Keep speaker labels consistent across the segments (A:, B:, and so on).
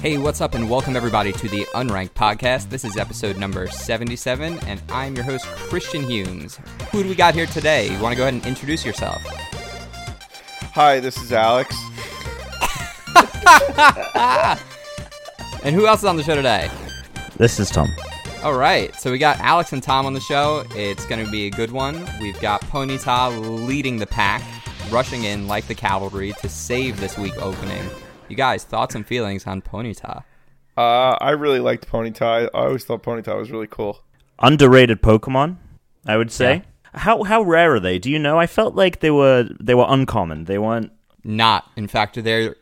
A: Hey, what's up, and welcome everybody to the Unranked Podcast. This is episode number 77, and I'm your host, Christian Humes. Who do we got here today? You want to go ahead and introduce yourself?
B: Hi, this is Alex.
A: And who else is on the show today?
C: This is Tom.
A: All right, so we got Alex and Tom on the show. It's going to be a good one. We've got Ponyta leading the pack, rushing in like the cavalry to save this week opening. You guys, thoughts and feelings on Ponyta?
B: Uh, I really liked Ponyta. I always thought Ponyta was really cool.
C: Underrated Pokemon, I would say. How how rare are they? Do you know? I felt like they were they were uncommon. They weren't
A: Not. In fact, they're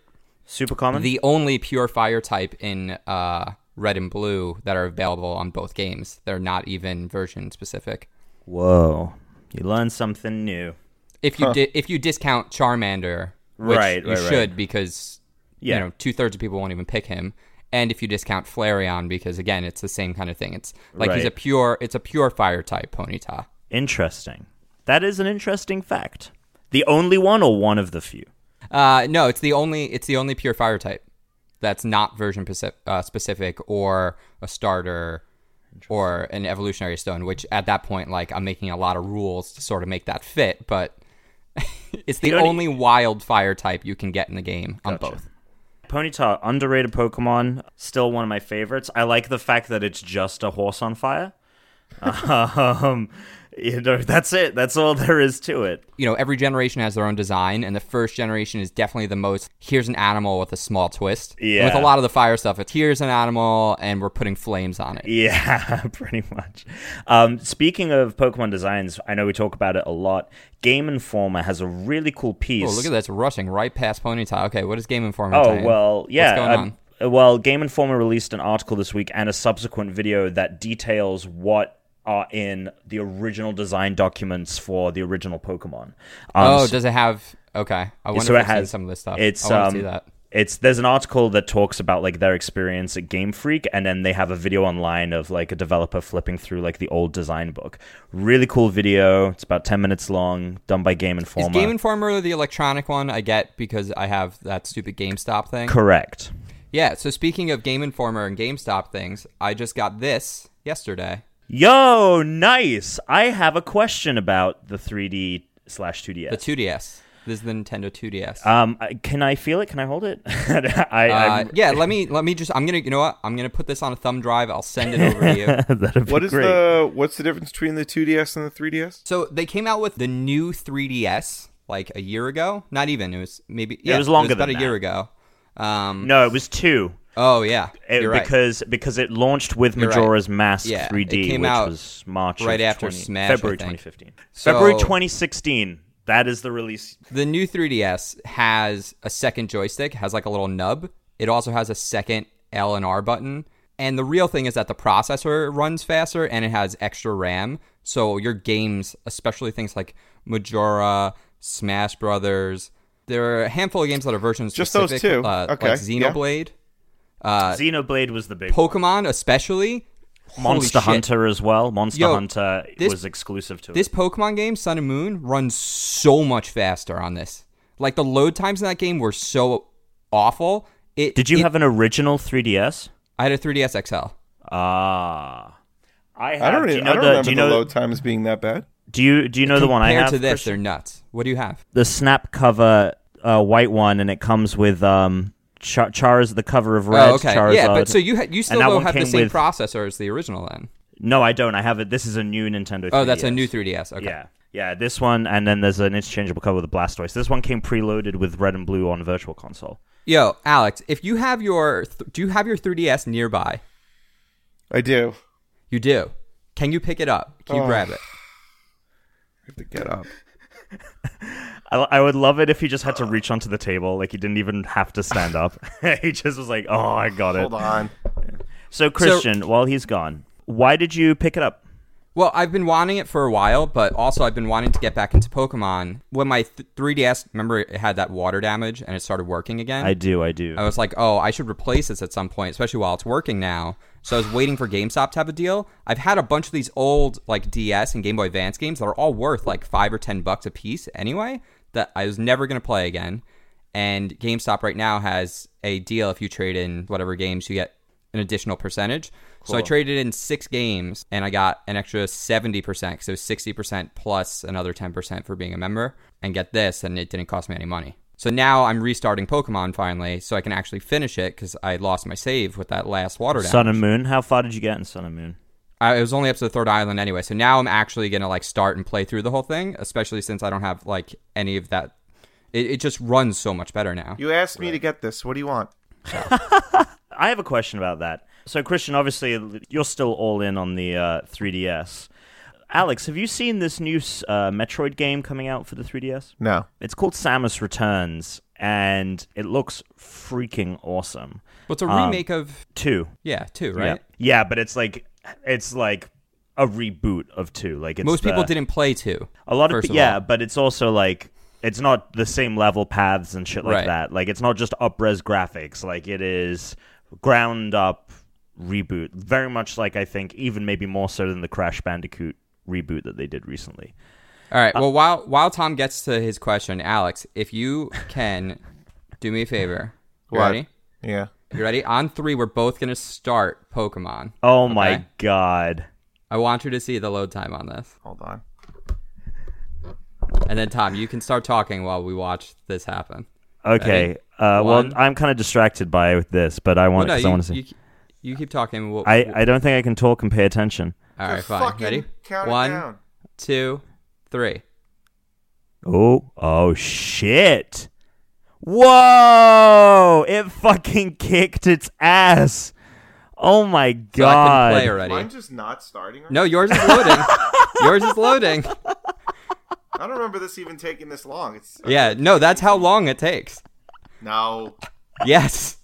C: super common.
A: the only pure fire type in uh, red and blue that are available on both games. They're not even version specific.
C: Whoa. You learn something new.
A: If you di- if you discount Charmander, which
C: Right,
A: you
C: right, right.
A: should because
C: Yeah.
A: you know two thirds of people won't even pick him, and if you discount Flareon because again it's the same kind of thing. It's like he's a
C: Right.
A: pure it's a pure fire type Ponyta.
C: Interesting. That is an interesting fact. The only one or one of the few?
A: Uh, no, it's the only it's the only pure fire type that's not version pacif- uh, specific or a starter or an evolutionary stone. Which at that point, like I'm making a lot of rules to sort of make that fit, but it's the
C: You don't-
A: only wild fire type you can get in the game on both.
C: Ponyta, underrated Pokemon, still one of my favorites. I like the fact that it's just a horse on fire. um, you know, that's it. That's all there is to it.
A: You know, every generation has their own design, and the first generation is definitely the most. Here's an animal with a small twist. And with
C: Yeah.
A: a lot of the fire stuff, it's here's an animal, and we're putting flames on it.
C: Yeah, pretty much. Um, speaking of Pokemon designs, I know we talk about it a lot. Game Informer has a really cool piece.
A: Oh, look at that! It's rushing right past Ponyta. Okay, what is Game Informer?
C: Oh
A: saying?
C: well, yeah.
A: What's going
C: um,
A: on?
C: uh, Well, Game Informer released an article this week and a subsequent video that details what are in the original design documents for the original Pokemon. Um,
A: Oh,
C: so-
A: does it have? Okay, I wonder
C: so
A: if
C: it
A: it's in
C: has
A: some of this stuff.
C: It's
A: I want
C: um,
A: to see that.
C: it's there's an article that talks about like their experience at Game Freak, and then they have a video online of like a developer flipping through like the old design book. Really cool video. It's about ten minutes long, done by Game
A: Is
C: Informer.
A: Game Informer the electronic one? I get because I have that stupid GameStop thing.
C: Correct.
A: Yeah. So speaking of Game Informer and GameStop things, I just got this yesterday.
C: Yo, nice. I have a question about the 3D slash 2DS.
A: The 2DS. This is the Nintendo 2DS.
C: um, I- can I feel it? Can I hold it? I,
A: Uh,
C: I'm-
A: yeah. Let me let me just. I'm gonna. You know what? I'm gonna put this on a thumb drive. I'll send it over to you.
C: That'd be
B: What is
C: great.
B: the what's the difference between the 2DS and the 3DS?
A: So they came out with the new 3DS like a year ago. Not even. It was maybe. Yeah,
C: was longer
A: about
C: than
A: a year
C: that.
A: ago. Um.
C: No, it was two.
A: Oh yeah.
C: It,
A: you're right.
C: Because because it launched with
A: right.
C: Majora's Mask
A: Yeah, it
C: 3D,
A: came
C: which
A: out
C: was March of
A: right after
C: 20
A: Smash, I
C: February
A: think.
C: 2015,
A: So-
C: February 2016. That is the release.
A: The new 3DS has a second joystick, has like a little nub. It also has a second L and R button. And the real thing is that the processor runs faster and it has extra RAM. So your games, especially things like Majora, Smash Brothers, there are a handful of games that are version
B: Just those
A: specific.
B: two?
A: Uh,
B: Okay,
A: Like
B: yeah.
A: Xenoblade, Uh,
C: Xenoblade was the big
A: Pokemon, especially. Holy
C: one. Monster
A: shit.
C: Hunter as well. Monster
A: Yo,
C: Hunter
A: this-
C: was exclusive to
A: This
C: it.
A: Pokemon game, Sun and Moon, runs so much faster on this. Like the load times in that game were so awful. It
C: Did you
A: it-
C: have an original 3DS?
A: I had a 3DS XL.
C: Ah. I, have,
B: I don't.
C: do
B: Really,
C: you
B: I
C: know
B: don't
C: the,
B: remember
C: do you know,
B: the load times being that bad.
C: Do you do you know the one I
A: Compared
C: have?
A: to this,
C: Christian?
A: they're nuts. What do you have?
C: the snap cover uh, white one, and it comes with um Char- Charizard the cover of Red
A: oh, okay.
C: Charizard.
A: Yeah, but so you ha- you still
C: that
A: don't
C: one
A: have the
C: came
A: same
C: with-
A: processor as the original then.
C: no, I don't. I have it. This is a new Nintendo. 3DS.
A: Oh, that's a new 3DS. Okay.
C: Yeah, yeah. This one, and then there's an interchangeable cover with the Blastoise. This one came preloaded with Red and Blue on Virtual Console.
A: Yo, Alex, if you have your th- do you have your 3DS nearby?
B: I do.
A: You do. Can you pick it up? Can you
B: Oh.
A: grab it?
B: I have to get up.
C: I, I would love it if he just had to reach onto the table, like he didn't even have to stand up. he just was like, "Oh, I got it."
B: on.
C: So Christian, while he's gone, why did you pick it up?
A: Well, I've been wanting it for a while, but also I've been wanting to get back into Pokemon. When my th- 3DS, remember it had that water damage and it started working again?
C: I do, I do.
A: I was like, oh, I should replace this at some point, especially while it's working now. So I was waiting for GameStop to have a deal. I've had a bunch of these old like DS and Game Boy Advance games that are all worth like five or ten bucks a piece anyway. That I was never gonna play again. And GameStop right now has a deal if you trade in whatever games, you get an additional percentage. So I
C: Cool.
A: traded in six games and I got an extra 70%. So 60% plus another 10% for being a member. And get this, and it didn't cost me any money. So now I'm restarting Pokemon finally so I can actually finish it because I lost my save with that last water down.
C: Sun and Moon. How far did you get in Sun and Moon?
A: I it was only up to the third island anyway. So now I'm actually gonna like start and play through the whole thing, especially since I don't have like any of that. It, it just runs so much better now.
D: You asked me to get this. What do you want?
C: I have a question about that. So, Christian, obviously, you're still all in on the uh, 3DS. Alex, have you seen this new uh, Metroid game coming out for the 3DS?
D: No.
C: It's called Samus Returns, and it looks freaking awesome.
A: Well, it's a
C: Um,
A: remake of
C: Two,
A: yeah, two, right?
C: Yeah. yeah, but it's like it's like a reboot of two. Like it's
A: Most people
C: the-
A: didn't play two.
C: A lot of,
A: first
C: pe-
A: of
C: yeah,
A: all.
C: but it's also like it's not the same level paths and shit like
A: Right.
C: that. Like it's not just upres graphics. Like it is ground up reboot. Very much like I think even maybe more so than the Crash Bandicoot reboot that they did recently.
A: All
C: Uh,
A: right. Well, while while Tom gets to his question, Alex, if you can do me a favor, you
D: What?
A: ready?
D: Yeah.
A: You ready? On three, we're both gonna start Pokemon.
C: Oh my
A: Okay.
C: god.
A: I want you to see the load time on this,
D: Hold on.
A: and then Tom, you can start talking while we watch this happen.
C: Okay. Uh, well,
A: One.
C: I'm kind of distracted by this, but I
A: Well,
C: want
A: no,
C: because I
A: you,
C: want to see.
A: you, you keep talking. We'll,
C: I, I don't think I can talk and pay attention.
A: All right,
D: Just
A: fine.
D: fucking
A: Ready?
D: count it
A: One,
D: down.
A: two, three.
C: Oh, oh shit. Whoa! It fucking kicked its ass. Oh my
A: So I
C: god.
A: can play already.
D: Mine just not starting. Right?
A: No, yours is loading. yours is loading.
D: I don't remember this even taking this long. It's
A: Yeah, no, that's how long it takes.
D: no.
A: Yes.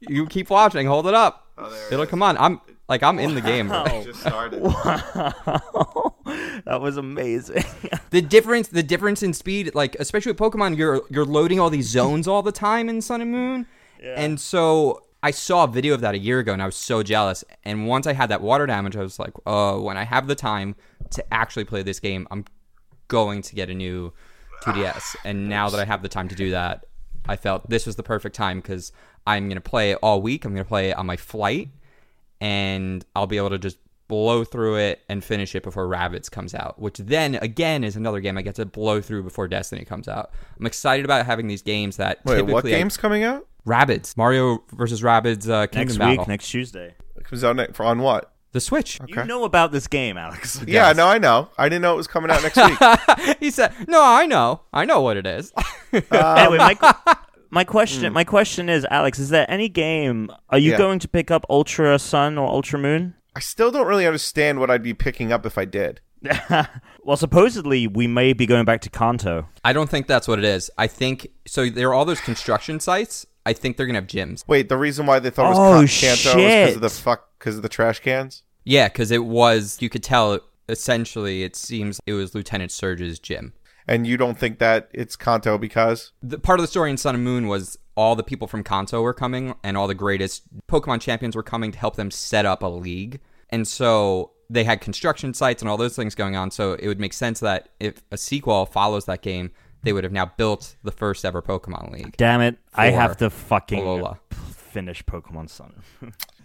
A: You keep watching. Hold it up.
D: Oh, there it
A: It'll
D: is.
A: come on. I'm like I'm in the game.
D: It just started.
C: that was amazing.
A: The difference, the difference in speed, like especially with Pokemon, you're you're loading all these zones all the time in Sun and Moon, and so I saw a video of that a year ago, and I was so jealous. And once I had that water damage, I was like, uh, when I have the time to actually play this game, I'm going to get a new 2DS. And now that I have the time to do that, I felt this was the perfect time because I'm gonna play it all week. I'm gonna play it on my flight, and I'll be able to just blow through it and finish it before Rabbits comes out, which then again is another game I get to blow through before Destiny comes out. I'm excited about having these games that
B: Wait,
A: typically
B: what game's coming out?
A: Rabbits Mario versus Rabbits uh, Kingdom
C: next
A: Battle
C: week, next Tuesday.
B: It comes out next, for, on what?
A: the Switch.
C: You know about this game, Alex.
B: Yeah, no, I know. I didn't know it was coming out next week.
A: he said, "No, I know, I know what it is."
C: anyway, my, my
A: Hmm.
C: question my question is, Alex, is there any game are you
B: Yeah.
C: going to pick up Ultra Sun or Ultra Moon?
B: I still don't really understand what I'd be picking up if I did.
C: Well, supposedly we may be going back to Kanto.
A: I don't think that's what it is. I think so. There are all those construction sites. I think they're gonna have gyms.
B: Wait, the reason why they thought it was
C: Oh,
B: Ca- Kanto was because
C: shit.
B: of the fuck because of the trash cans.
A: Yeah, because it was. You could tell. Essentially, it seems it was Lieutenant Surge's gym.
B: And you don't think that it's Kanto because
A: the part of the story in Sun and Moon was all the people from Kanto were coming and all the greatest Pokemon champions were coming to help them set up a league. And so they had construction sites and all those things going on. So it would make sense that if a sequel follows that game, they would have now built the first ever Pokemon League.
C: Damn it. I
A: For
C: have to fucking
A: Alola.
C: finish Pokemon Sun.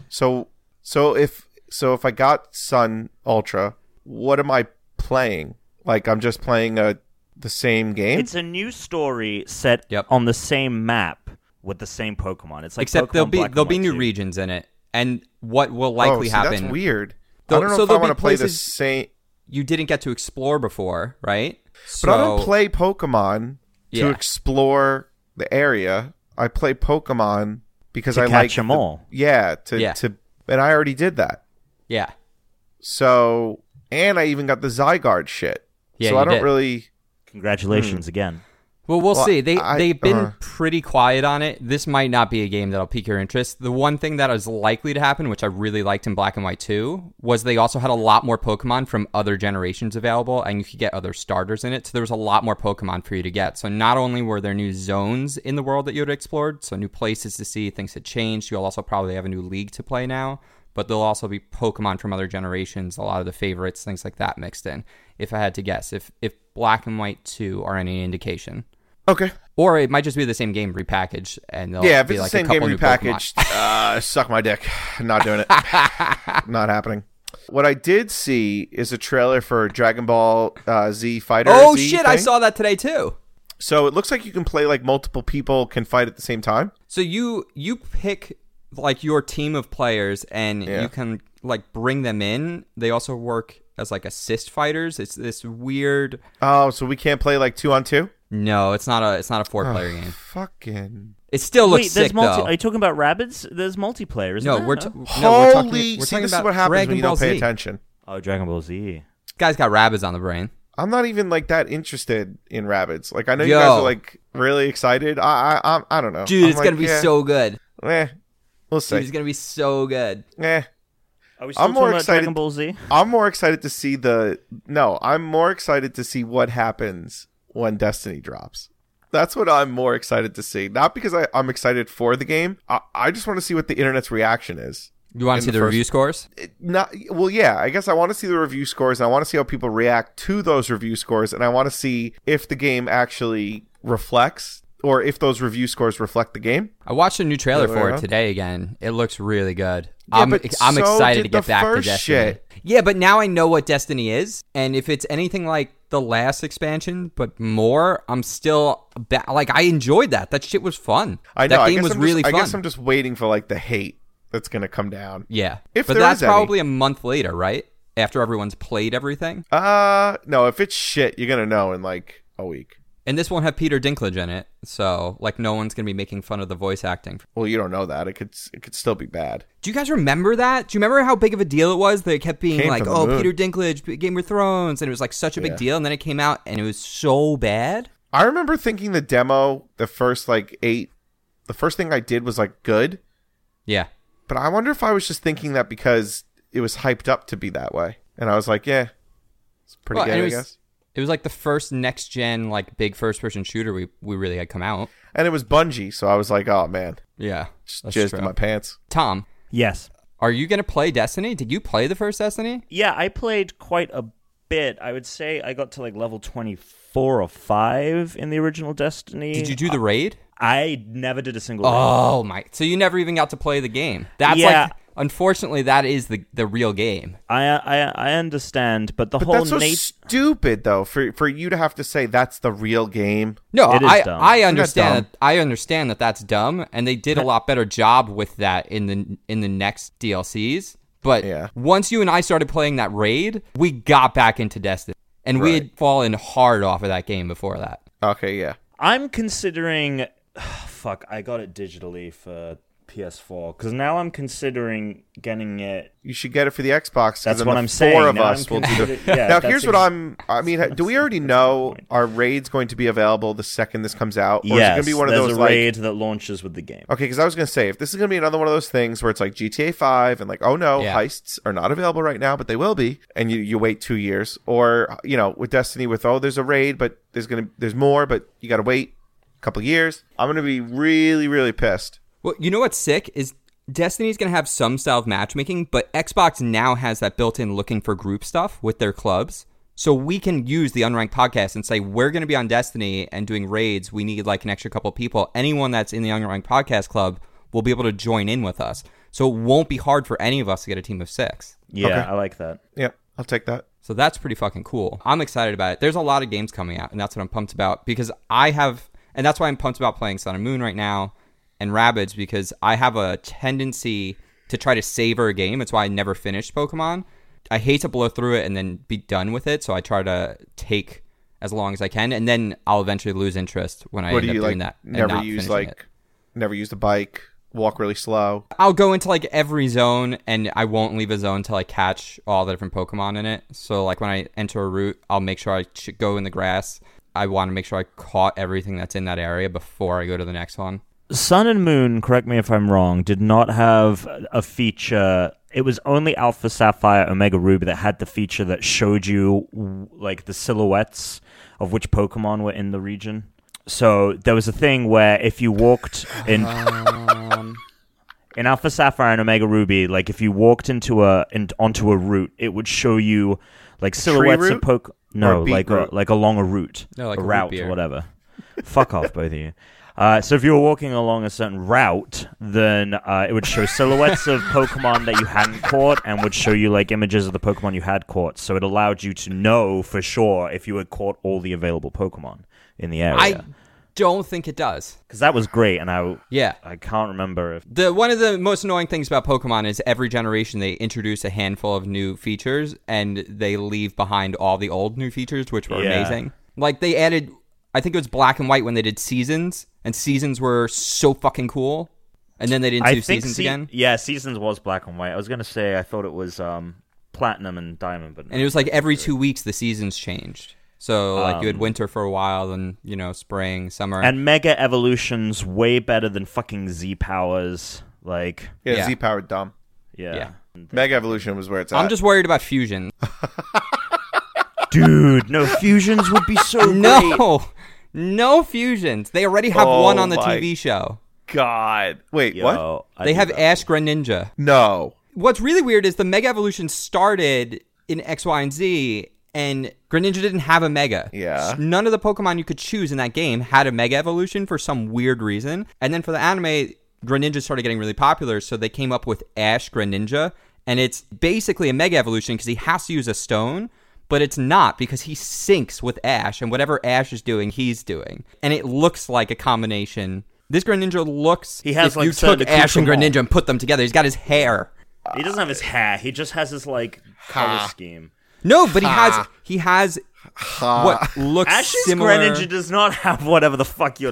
B: so so if so if I got Sun Ultra, what am I playing? Like I'm just playing a the same game.
C: It's a new story set
A: Yep.
C: on the same map with the same Pokemon. It's like
A: Except
C: Pokemon
A: there'll be
C: Black and
A: there'll be
C: White
A: new
C: 2.
A: regions in it. And what will
B: oh,
A: likely
B: see,
A: happen
B: that's weird.
A: Though-
B: I don't know
A: so
B: if I
A: there'll be
B: want to play the
A: places-
B: same.
A: you didn't get to explore before, right?
B: But I don't play Pokemon
A: Yeah.
B: to explore the area. I play Pokemon because
C: To
B: I
C: catch
B: like
C: 'em
B: the-
C: all.
B: Yeah, to
A: Yeah.
B: to and I already did that.
A: Yeah.
B: So and I even got the Zygarde shit.
A: Yeah,
B: so
A: you
B: I don't
A: did.
B: really.
A: Hmm.
C: Congratulations again.
A: Well, we'll
B: Well,
A: see. They
B: I-
A: they've been
B: uh.
A: pretty quiet on it. This might not be a game that'll pique your interest. The one thing that is likely to happen, which I really liked in Black and White 2, was they also had a lot more Pokemon from other generations available and you could get other starters in it. So there was a lot more Pokemon for you to get. So not only were there new zones in the world that you had explored, so new places to see, things had changed, you'll also probably have a new league to play now, but there'll also be Pokemon from other generations, a lot of the favorites, things like that mixed in. If I had to guess, if if Black and White 2 are any indication.
B: Okay.
A: Or it might just be the same game repackaged, and they'll
B: yeah, if
A: Oh, be
B: it's
A: like
B: the same
A: a
B: game
A: couple new Pokemon.
B: repackaged, uh, suck my dick. Not doing it. Not happening. What I did see is a trailer for Dragon Ball uh, Z Fighter.
A: Oh shit! I saw that today too.
B: So it looks like you can play like multiple people can fight at the same time.
A: So you you pick like your team of players, and
B: Yeah.
A: you can like bring them in. They also work as like assist fighters. It's this weird.
B: Oh, so we can't play like two on two.
A: No, it's not a it's not a four player game.
B: Fucking
A: It still looks
C: Wait, there's
A: sick
C: multi.
A: though.
C: Are you talking about rabbits? There's multiplayer, isn't
A: no,
C: there?
A: we're t-
C: Oh.
A: no, we're talking,
B: holy!
A: we're
B: see,
A: talking
B: this is
A: about
B: what happens
A: Dragon
B: when you
A: Ball
B: don't pay
A: Z.
B: attention.
C: oh, Dragon Ball Z.
A: Guy's got rabbits on the brain.
B: I'm not even like that interested in rabbits. Like I know you
A: Yo.
B: guys are like really excited. I I I'm, I don't know,
A: Dude,
B: I'm
A: it's
B: like,
A: gonna be
B: yeah,
A: so good.
B: Eh,
A: Dude,
B: we'll
A: it's
B: see.
A: gonna be so good.
B: Eh.
C: Are we still
B: I'm more
C: talking about
B: excited-
C: Dragon Ball Z?
B: I'm more excited to see the no. I'm more excited to see what happens when Destiny drops. That's what I'm more excited to see. Not because I, I'm excited for the game. I, I just want to see what the internet's reaction is.
A: You want
B: In
A: to see
B: the
A: the
B: first-
A: review scores?
B: It- not well, yeah. I guess I want to see the review scores. And I want to see how people react to those review scores, and I want to see if the game actually reflects or if those review scores reflect the game.
A: I watched a new trailer
B: Yeah,
A: for
B: yeah.
A: it today again. It looks really good.
B: Yeah,
A: I'm,
B: but
A: ex- I'm
B: so
A: excited to
B: did
A: get
B: the
A: back to
B: first
A: Destiny.
B: shit.
A: Yeah, but now I know what Destiny is, and if it's anything like the last expansion, but more, I'm still ba- like I enjoyed that. That shit was fun.
B: I know.
A: that
B: I
A: game
B: guess
A: was
B: I'm just-
A: really
B: I
A: fun.
B: guess I'm just waiting for like the hate that's gonna come down.
A: yeah,
B: If
A: but
B: there
A: that's
B: is any.
A: probably a month later, right? After everyone's played everything,
B: Uh no, if it's shit, you're gonna know in like a week.
A: and this won't have Peter Dinklage in it, so like no one's gonna be making fun of the voice acting.
B: Well, you don't know that. It could it could still be bad.
A: Do you guys remember that? Do you remember how big of a deal it was? They kept being
B: Came
A: like,
B: from the
A: "Oh,
B: moon.
A: Peter Dinklage, Game of Thrones," and it was like such a big
B: Yeah.
A: deal, and then it came out and it was so bad.
B: I remember thinking the demo, the first like eight, the first thing I did was like good,
A: Yeah,
B: but I wonder if I was just thinking that because it was hyped up to be that way, and I was like, yeah, it's pretty
A: Well,
B: good,
A: and it
B: I
A: was-
B: guess.
A: It was like the first next gen like big first person shooter we we really had come out.
B: And it was Bungie, so I was like, oh man,
A: Yeah,
B: just
A: that's
B: jizzed
A: true.
B: in my pants.
A: Tom,
C: Yes.
A: are you gonna play Destiny? Did you play the first Destiny?
C: Yeah, I played quite a bit. I would say I got to like level 24 or 5 in the original Destiny.
A: Did you do the raid?
C: I never did a single raid.
A: Oh my! So you never even got to play the game. That's
C: Yeah.
A: like unfortunately that is the the real game.
C: I I I understand, but the
B: But
C: whole
B: that's so
C: nature
B: stupid, though, for for you to have to say that's the real game.
A: No,
C: It is
A: I
C: dumb.
A: I
B: not
A: understand
B: dumb.
A: that I understand that that's dumb, and they did a lot better job with that in the in the next DLCs. But
B: Yeah.
A: once you and I started playing that raid, we got back into Destiny, and we had fallen hard off of that game before that.
B: Okay, yeah.
C: I'm considering. Fuck, I got it digitally for PS4 because now I'm considering getting it.
B: You should get it for the Xbox. 'cause
C: That's
B: then
C: what
B: the
C: I'm
B: four
C: saying.
B: of
C: Now
B: us
C: I'm
B: will do. The,
C: consider- yeah,
B: now
C: that's
B: here's what
C: ex-
B: I'm. I mean, ha- do we already know are raids going to be available? The second's comes out, or is it going
C: yes,
B: to be one of
C: there's
B: those
C: a
B: like?
C: raid that launches with the game.
B: Okay, because I was going to say if this is going to be another one of those things where it's like GTA Five and like, oh no,
A: Yeah.
B: heists are not available right now, but they will be, and you you wait two years, or you know, with Destiny with oh there's a raid, but there's gonna there's more, but you got to wait a couple years. I'm going to be really really pissed.
A: Well, you know what's sick is Destiny's gonna have some style of matchmaking, but Xbox now has that built-in looking for group stuff with their clubs. So we can use the unranked podcast and say we're gonna be on Destiny and doing raids. We need like an extra couple people. Anyone that's in the unranked podcast club will be able to join in with us. So it won't be hard for any of us to get a team of six.
C: Yeah,
B: Okay.
C: I like that.
B: Yeah, I'll take that.
A: So that's pretty fucking cool. I'm excited about it. There's a lot of games coming out, and that's what I'm pumped about because I have, and that's why I'm pumped about playing Sun and Moon right now and Rabbids because I have a tendency to try to savor a game. It's why I never finished Pokemon. I hate to blow through it and then be done with it, so I try to take as long as I can, and then I'll eventually lose interest when I
B: What
A: end
B: do
A: up
B: you
A: doing
B: like?
A: that. and
B: Never
A: not
B: use
A: finishing
B: like,
A: it.
B: never use the bike. Walk really slow.
A: I'll go into like every zone and I won't leave a zone till I catch all the different Pokemon in it. So like when I enter a route, I'll make sure I ch- go in the grass. I want to make sure I caught everything that's in that area before I go to the next one.
C: Sun and Moon, correct me if I'm wrong, did not have a feature. It was only Alpha Sapphire, Omega Ruby that had the feature that showed you w- like the silhouettes of which Pokemon were in the region. So there was a thing where if you walked in in Alpha Sapphire and Omega Ruby, like if you walked into a in, onto a route, it would show you like silhouettes of
B: route?
C: poke. No,
B: beet
C: like a,
B: route?
C: like along a route,
A: No, like
C: a
A: a root
C: route
A: beer.
C: or whatever. Fuck off, both of you. Uh, so if you were walking along a certain route, then uh, it would show silhouettes of Pokemon that you hadn't caught, and would show you like images of the Pokemon you had caught. So it allowed you to know for sure if you had caught all the available Pokemon in the
A: I
C: area.
A: don't think it does.
C: Because that was great, and I
A: Yeah.
C: I can't remember if
A: The one of the most annoying things about Pokemon is every generation they introduce a handful of new features and they leave behind all the old new features which were
C: Yeah.
A: amazing. Like they added I think it was black and white when they did seasons and seasons were so fucking cool. And then they didn't
C: I
A: do
C: think
A: seasons
C: se-
A: again.
C: Yeah, seasons was black and white. I was gonna say I thought it was um, platinum and diamond, but no.
A: And it was like every 2 weeks the seasons changed. So like you had winter for a while then, you know, spring, summer.
C: Um, and Mega Evolution's way better than fucking Z powers. Like,
B: Yeah,
A: Yeah.
B: Z powered dumb.
C: yeah,
A: Yeah.
B: Mega Evolution was where it's at.
A: I'm just worried about fusion.
C: dude, no fusions would be so great.
A: No. No fusions. They already have
B: Oh
A: one on the
B: my
A: TV show.
B: God. Wait, what?
C: Yo, I
A: They
C: do
A: have
C: that.
A: Ash Greninja.
B: No.
A: what's really weird is the mega evolution started in X, Y, and Z, and Greninja didn't have a mega.
B: Yeah.
A: S- None of the Pokemon you could choose in that game had a mega evolution for some weird reason. And then for the anime, Greninja started getting really popular, so they came up with Ash Greninja, and it's basically a mega evolution because he has to use a stone. But it's not because he syncs with Ash, and whatever Ash is doing, he's doing. And it looks like a combination. This Greninja looks.
C: He has,
A: if
C: like,
A: you
C: certain
A: took Ash and
C: accoutrements.
A: Greninja and put them together. He's got his hair.
C: He doesn't have his hair. He just has his like color scheme.
A: No, but he has he has what looks
C: Ash's
A: similar.
C: Greninja does not have whatever the fuck you're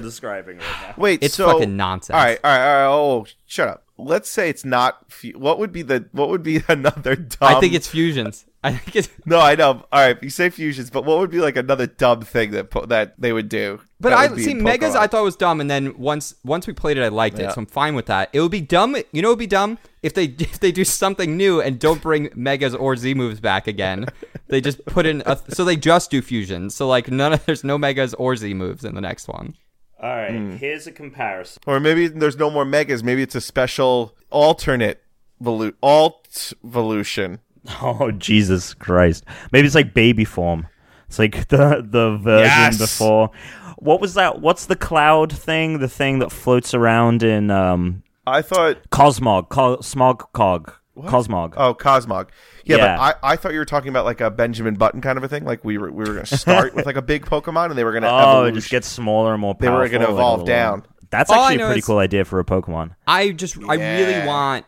C: describing right now.
B: Wait,
A: It's
B: so-
A: fucking nonsense.
B: All right, all right, all right. Oh, shut up. Let's say it's not. Fu- what would be the? What would be another dumb?
A: I think it's fusions. I think it's.
B: No, I know. All right, you say fusions, but what would be like another dumb thing that po- that they would do?
A: But
B: that
A: I
B: would be
A: see
B: in
A: megas.
B: Pokemon?
A: I thought was dumb, and then once once we played it, I liked it, so I'm fine with that. It would be dumb. You know, it would be dumb if they if they do something new and don't bring megas or Z moves back again. they just put in a, so they just do fusions. So like none of there's no megas or Z moves in the next one.
C: All right,
A: Hmm.
C: here's a comparison.
B: or maybe there's no more megas. Maybe it's a special alternate volu- alt evolution.
C: Oh Jesus Christ! Maybe it's like baby form. It's like the the version
B: Yes.
C: before. What was that? What's the cloud thing? The thing that floats around in um
B: I thought.
C: Cosmog, Co- Smog, Cog, Cosmog.
B: Oh, Cosmog. Yeah,
C: Yeah.
B: but I, I thought you were talking about like a Benjamin Button kind of a thing. Like we were we were gonna start with like a big Pokemon and they were gonna
C: Oh, it
B: evolution-
C: just gets smaller and more
B: They
C: powerful.
B: were gonna
C: like a
B: evolve
C: little-
B: down.
C: That's
A: All I
C: actually a
A: know
C: pretty
A: is-
C: cool idea for a Pokemon.
A: I just I really
B: Yeah.
A: want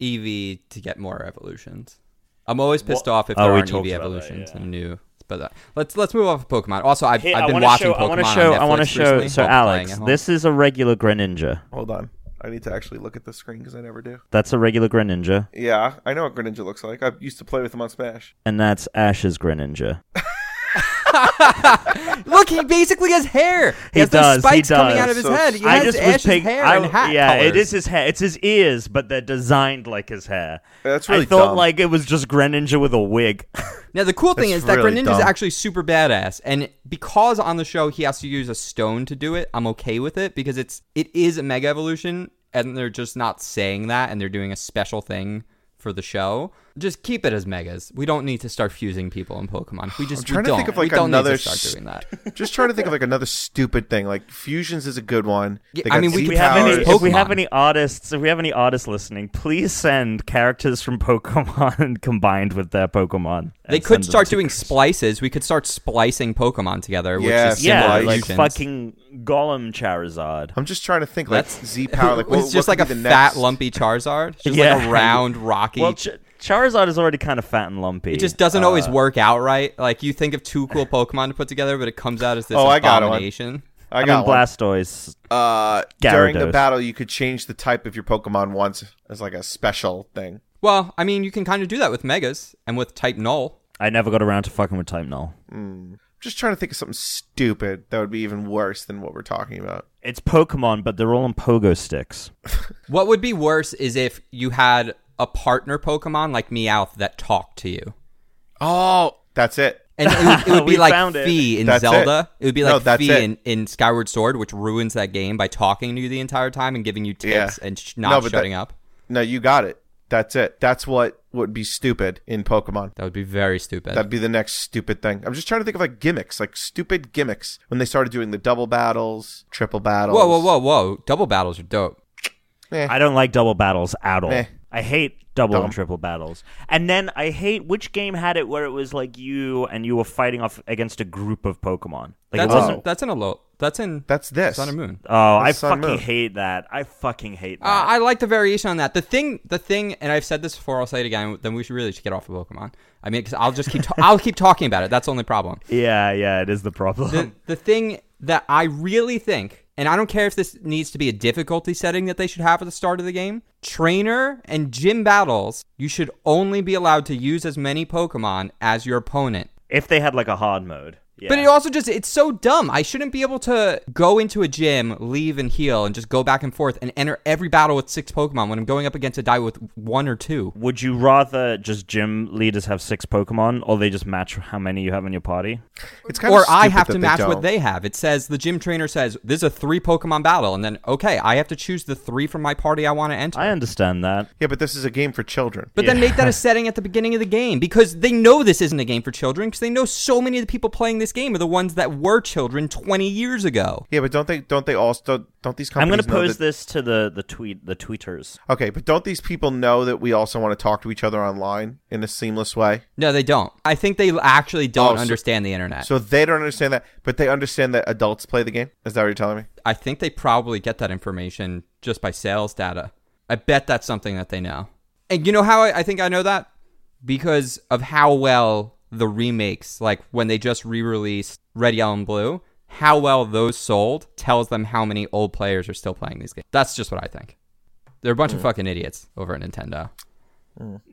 A: Eevee to get more evolutions. I'm always pissed off if
C: Oh,
A: there
C: we
A: aren't
C: talked
A: Eevee
C: about that,
A: evolutions
C: yeah.
A: and new. But uh, let's let's move off of Pokemon. Also, I've,
C: Hey,
A: I've
C: I
A: been
C: wanna
A: watching
C: show,
A: Pokemon
C: I want to
A: on
C: show. I
A: Netflix
C: want to show.
A: recently
C: So,
A: while playing
C: Alex,
A: at home.
C: this is a regular Greninja.
B: Hold on, I need to actually look at the screen because I never do.
C: That's a regular Greninja,
B: Yeah, I know what Greninja looks like. I used to play with him on Smash.
C: and that's Ash's Greninja.
A: look, he basically has hair. He,
C: He
A: has those
C: does, he
A: spikes coming
C: does.
A: out of his
B: So
A: head. He
B: I
A: has Ash's
C: pic-
A: hair
C: I-
A: and hat
C: Yeah, it
A: colors.
C: is his hair. It's his ears, but they're designed like his hair.
B: That's really
C: I thought
B: dumb.
C: like it was just Greninja with a wig.
A: Now the cool thing
B: That's
A: is that
B: really
A: Greninja is
B: dumb.
A: actually super badass, and because on the show he has to use a stone to do it, I'm okay with it because it's it is a mega evolution, and they're just not saying that, and they're doing a special thing for the show. Just keep it as megas. We don't need to start fusing people in Pokemon. We just we
B: trying to
A: don't.
B: think of,
A: we
B: like,
A: don't
B: another
A: need to
B: s-
A: start doing that.
B: Just trying to think of like another stupid thing. Like fusions is a good one.
A: Yeah,
B: They
A: I
B: got
A: mean, we
B: Z
A: could
C: we have any,
B: powers.
A: Pokemon.
C: if we have any artists, if we have any artists listening, please send characters from Pokemon combined with their Pokemon.
A: They
C: and send them
A: could start
C: to-
A: doing splices. We could start splicing Pokemon together, which
B: Yes,
A: is
C: yeah,
A: similar to
B: symbolized
C: like
A: fusions.
C: fucking Golem Charizard.
B: I'm just trying to think like
A: That's-
B: Z power. Like
A: it's
B: what,
A: just
B: what
A: like
B: could
A: a
B: be the
A: fat,
B: next?
A: lumpy Charizard. Just like
C: Yeah.
A: a round, rocky
C: Well, Ch- Charizard is already kind of fat and lumpy.
A: It just doesn't
B: Uh,
A: always work out right. Like you think of two cool Pokemon to put together, but it comes out as this
B: Oh, I got one.
A: abomination.
B: I
C: I
B: got
C: mean,
B: one.
C: Blastoise.
B: Uh, during the
C: Gyarados.
B: battle, you could change the type of your Pokemon once as like a special thing.
A: Well, I mean, you can kind of do that with Megas and with Type Null.
C: I never got around to fucking with Type Null.
B: just trying to think of something stupid that would be even worse than what we're talking about.
C: It's Pokemon, but they're all on pogo sticks.
A: What would be worse is if you had a partner Pokemon like Meowth that talked to you,
B: Oh, that's it.
A: and it would, it would
C: We
A: be like
C: found it.
A: Fee in
B: That's it.
A: Zelda. It. would be
B: No,
A: like
B: that's
A: Fee
B: it.
A: in, in Skyward Sword, which ruins that game by talking to you the entire time and giving you tips
B: Yeah.
A: and sh-
B: No,
A: not
B: but
A: shutting
B: that-
A: up.
B: No, you got it. That's it. That's what would be stupid in Pokemon.
A: That would be very stupid.
B: That'd be the next stupid thing. I'm just trying to think of like gimmicks, like stupid gimmicks when they started doing the double battles, triple battles.
A: whoa, whoa, whoa, whoa! Double battles are dope.
C: I don't like double battles at all.
B: Meh.
C: I hate double
B: Dumb.
C: and triple battles. And then I hate which game had it where it was like you and you were fighting off against a group of Pokemon. Like
A: That's
C: it wasn't.
A: in, that's in a low. That's in
B: That's this.
A: Sun and Moon.
C: Oh, I
B: That's Sun
C: fucking
B: Moon.
C: hate that. I fucking hate that.
A: Uh, I like the variation on that. The thing, the thing, and I've said this before. I'll say it again. Then we should really should get off of Pokemon. I mean, because I'll just keep, ta- I'll keep talking about it. That's the only problem.
C: yeah, yeah, it is the problem.
A: The, the thing that I really think, and I don't care if this needs to be a difficulty setting that they should have at the start of the game. Trainer and gym battles, you should only be allowed to use as many Pokemon as your opponent.
C: if they had like a hard mode. Yeah.
A: But it also just it's so dumb. I shouldn't be able to go into a gym, leave and heal and just go back and forth and enter every battle with six Pokemon when I'm going up against a guy with one or two.
C: Would you rather just gym leaders have six Pokemon or they just match how many you have in your party?
B: It's kind
A: Or
B: of
A: I
B: stupid
A: have
B: that
A: to match
B: don't.
A: what they have. It says the gym trainer says this is a three Pokemon battle, and then okay, I have to choose the three from my party I want to enter.
C: I understand that.
B: Yeah, but this is a game for children.
A: But then make that a setting at the beginning of the game because they know this isn't a game for children because they know so many of the people playing this game are the ones that were children 20 years ago.
B: Yeah, but don't they don't they all don't, don't these
C: I'm
B: companies
C: going to
B: know
C: pose
B: that-
C: this to the the tweet the tweeters.
B: Okay, but don't these people know that we also want to talk to each other online in a seamless way?
A: No, they don't. I think they actually don't
B: Oh, so-
A: understand the internet.
B: So they don't understand that, but they understand that adults play the game. Is that what you're telling me?
A: I think they probably get that information just by sales data. I bet that's something that they know. And you know how I, I think I know that? Because of how well the remakes, like when they just re released Red, Yellow, and Blue, how well those sold tells them how many old players are still playing these games. That's just what I think. They're a bunch of fucking idiots over at Nintendo.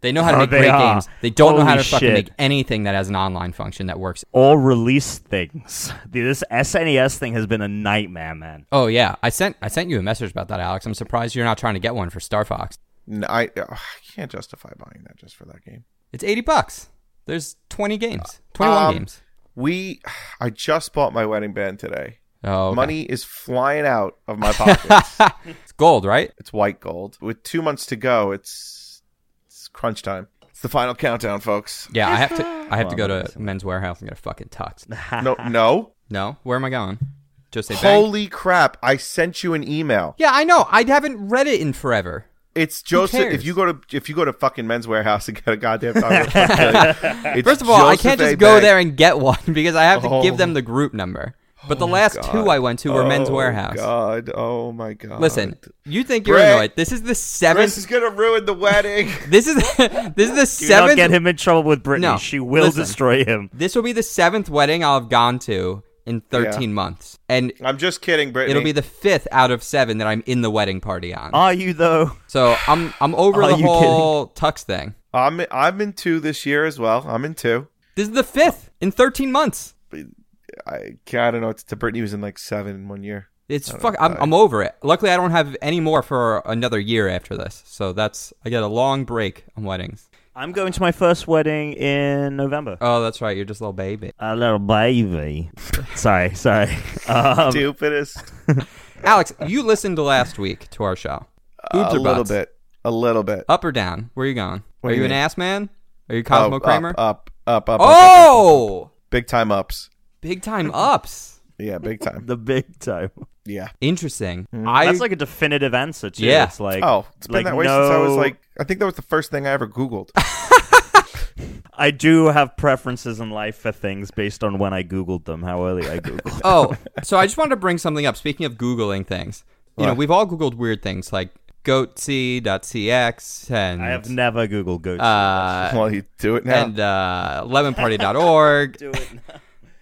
A: They know how to
C: Oh,
A: make
C: they
A: great
C: are.
A: games. They don't know how to
C: Holy
A: fucking
C: shit.
A: make anything that has an online function that works
C: All release things. Dude, this SNES thing has been a nightmare, man.
A: Oh yeah, I sent I sent you a message about that, Alex. I'm surprised you're not trying to get one for Star Fox.
B: No, I, ugh, I can't justify buying that just for that game.
A: It's eighty bucks. There's twenty games, twenty one
B: Um,
A: games.
B: We, I just bought my wedding band today.
A: Oh, okay.
B: Money is flying out of my pockets.
A: It's gold, right?
B: it's white gold. With two months to go, it's it's crunch time. It's the final countdown, folks.
A: Yeah, I have to I have to go to Men's Warehouse and get a fucking tux.
B: No, no.
A: No, where am I going? Just a bank.
B: Holy crap! I sent you an email.
A: Yeah, I know. I haven't read it in forever.
B: It's Joseph.
A: cares?
B: If you go to if you go to fucking Men's Warehouse and get a goddamn taco, it's
A: First of all, I
B: Joseph
A: can't
B: A.
A: just go
B: Bank.
A: there and get one because I have to
B: Oh.
A: give them the group number. But the last two I went to were Men's
B: Oh,
A: Warehouse.
B: God, oh my God!
A: Listen, you think you're
B: Brett.
A: annoyed? This is the seventh.
B: Chris is gonna ruin the wedding.
A: This is this is the
C: Do
A: seventh
C: not get him in trouble with Britney.
A: No,
C: she will
A: listen.
C: destroy him.
A: This will be the seventh wedding I'll have gone to in 13 months. And
B: I'm just kidding, Brittany.
A: it'll be the fifth out of seven that I'm in the wedding party on.
B: Uh,
C: Are you though?
A: so I'm I'm over
C: Are
A: the
C: you
A: whole tux thing.
B: I'm I'm in two this year as well. I'm in two.
A: This is the fifth in 13 months.
B: I I don't know. It's to Brittany was in like seven in one year.
A: It's fuck. I'm, I'm over it. Luckily, I don't have any more for another year after this. So that's I get a long break on weddings.
C: I'm going to my first wedding in November.
A: Oh, that's right. You're just a little baby.
C: A little baby. sorry, sorry. Um,
B: Stupidest.
A: Alex, you listened last week to our show. Boobs
B: a
A: or
B: little
A: butts? Uh,
B: bit. A little bit.
A: Up or down? Where are you going?
B: do
A: are you
B: you
A: an
B: mean?
A: ass man? Are you Cosmo
B: Oh,
A: Kramer?
B: Up, up, up, up. up, up, up.
A: oh.
B: big time ups.
A: Big time ups.
B: Yeah, big time.
C: the big time.
B: yeah.
A: Interesting.
B: Mm.
A: I
C: That's like a definitive answer too.
A: Yeah.
C: It's like
B: Oh, it's been
C: like,
B: that way since I was
C: no-
B: like. I think that was the first thing I ever Googled.
C: I do have preferences in life for things based on when I googled them, how early I googled.
A: oh, so I just wanted to bring something up. Speaking of googling things, you know,
B: What?
A: we've all googled weird things like goatsea.cx and
C: I have never googled goats.
A: uh,
B: well, you do it now.
A: and uh, lemonparty.org. Do it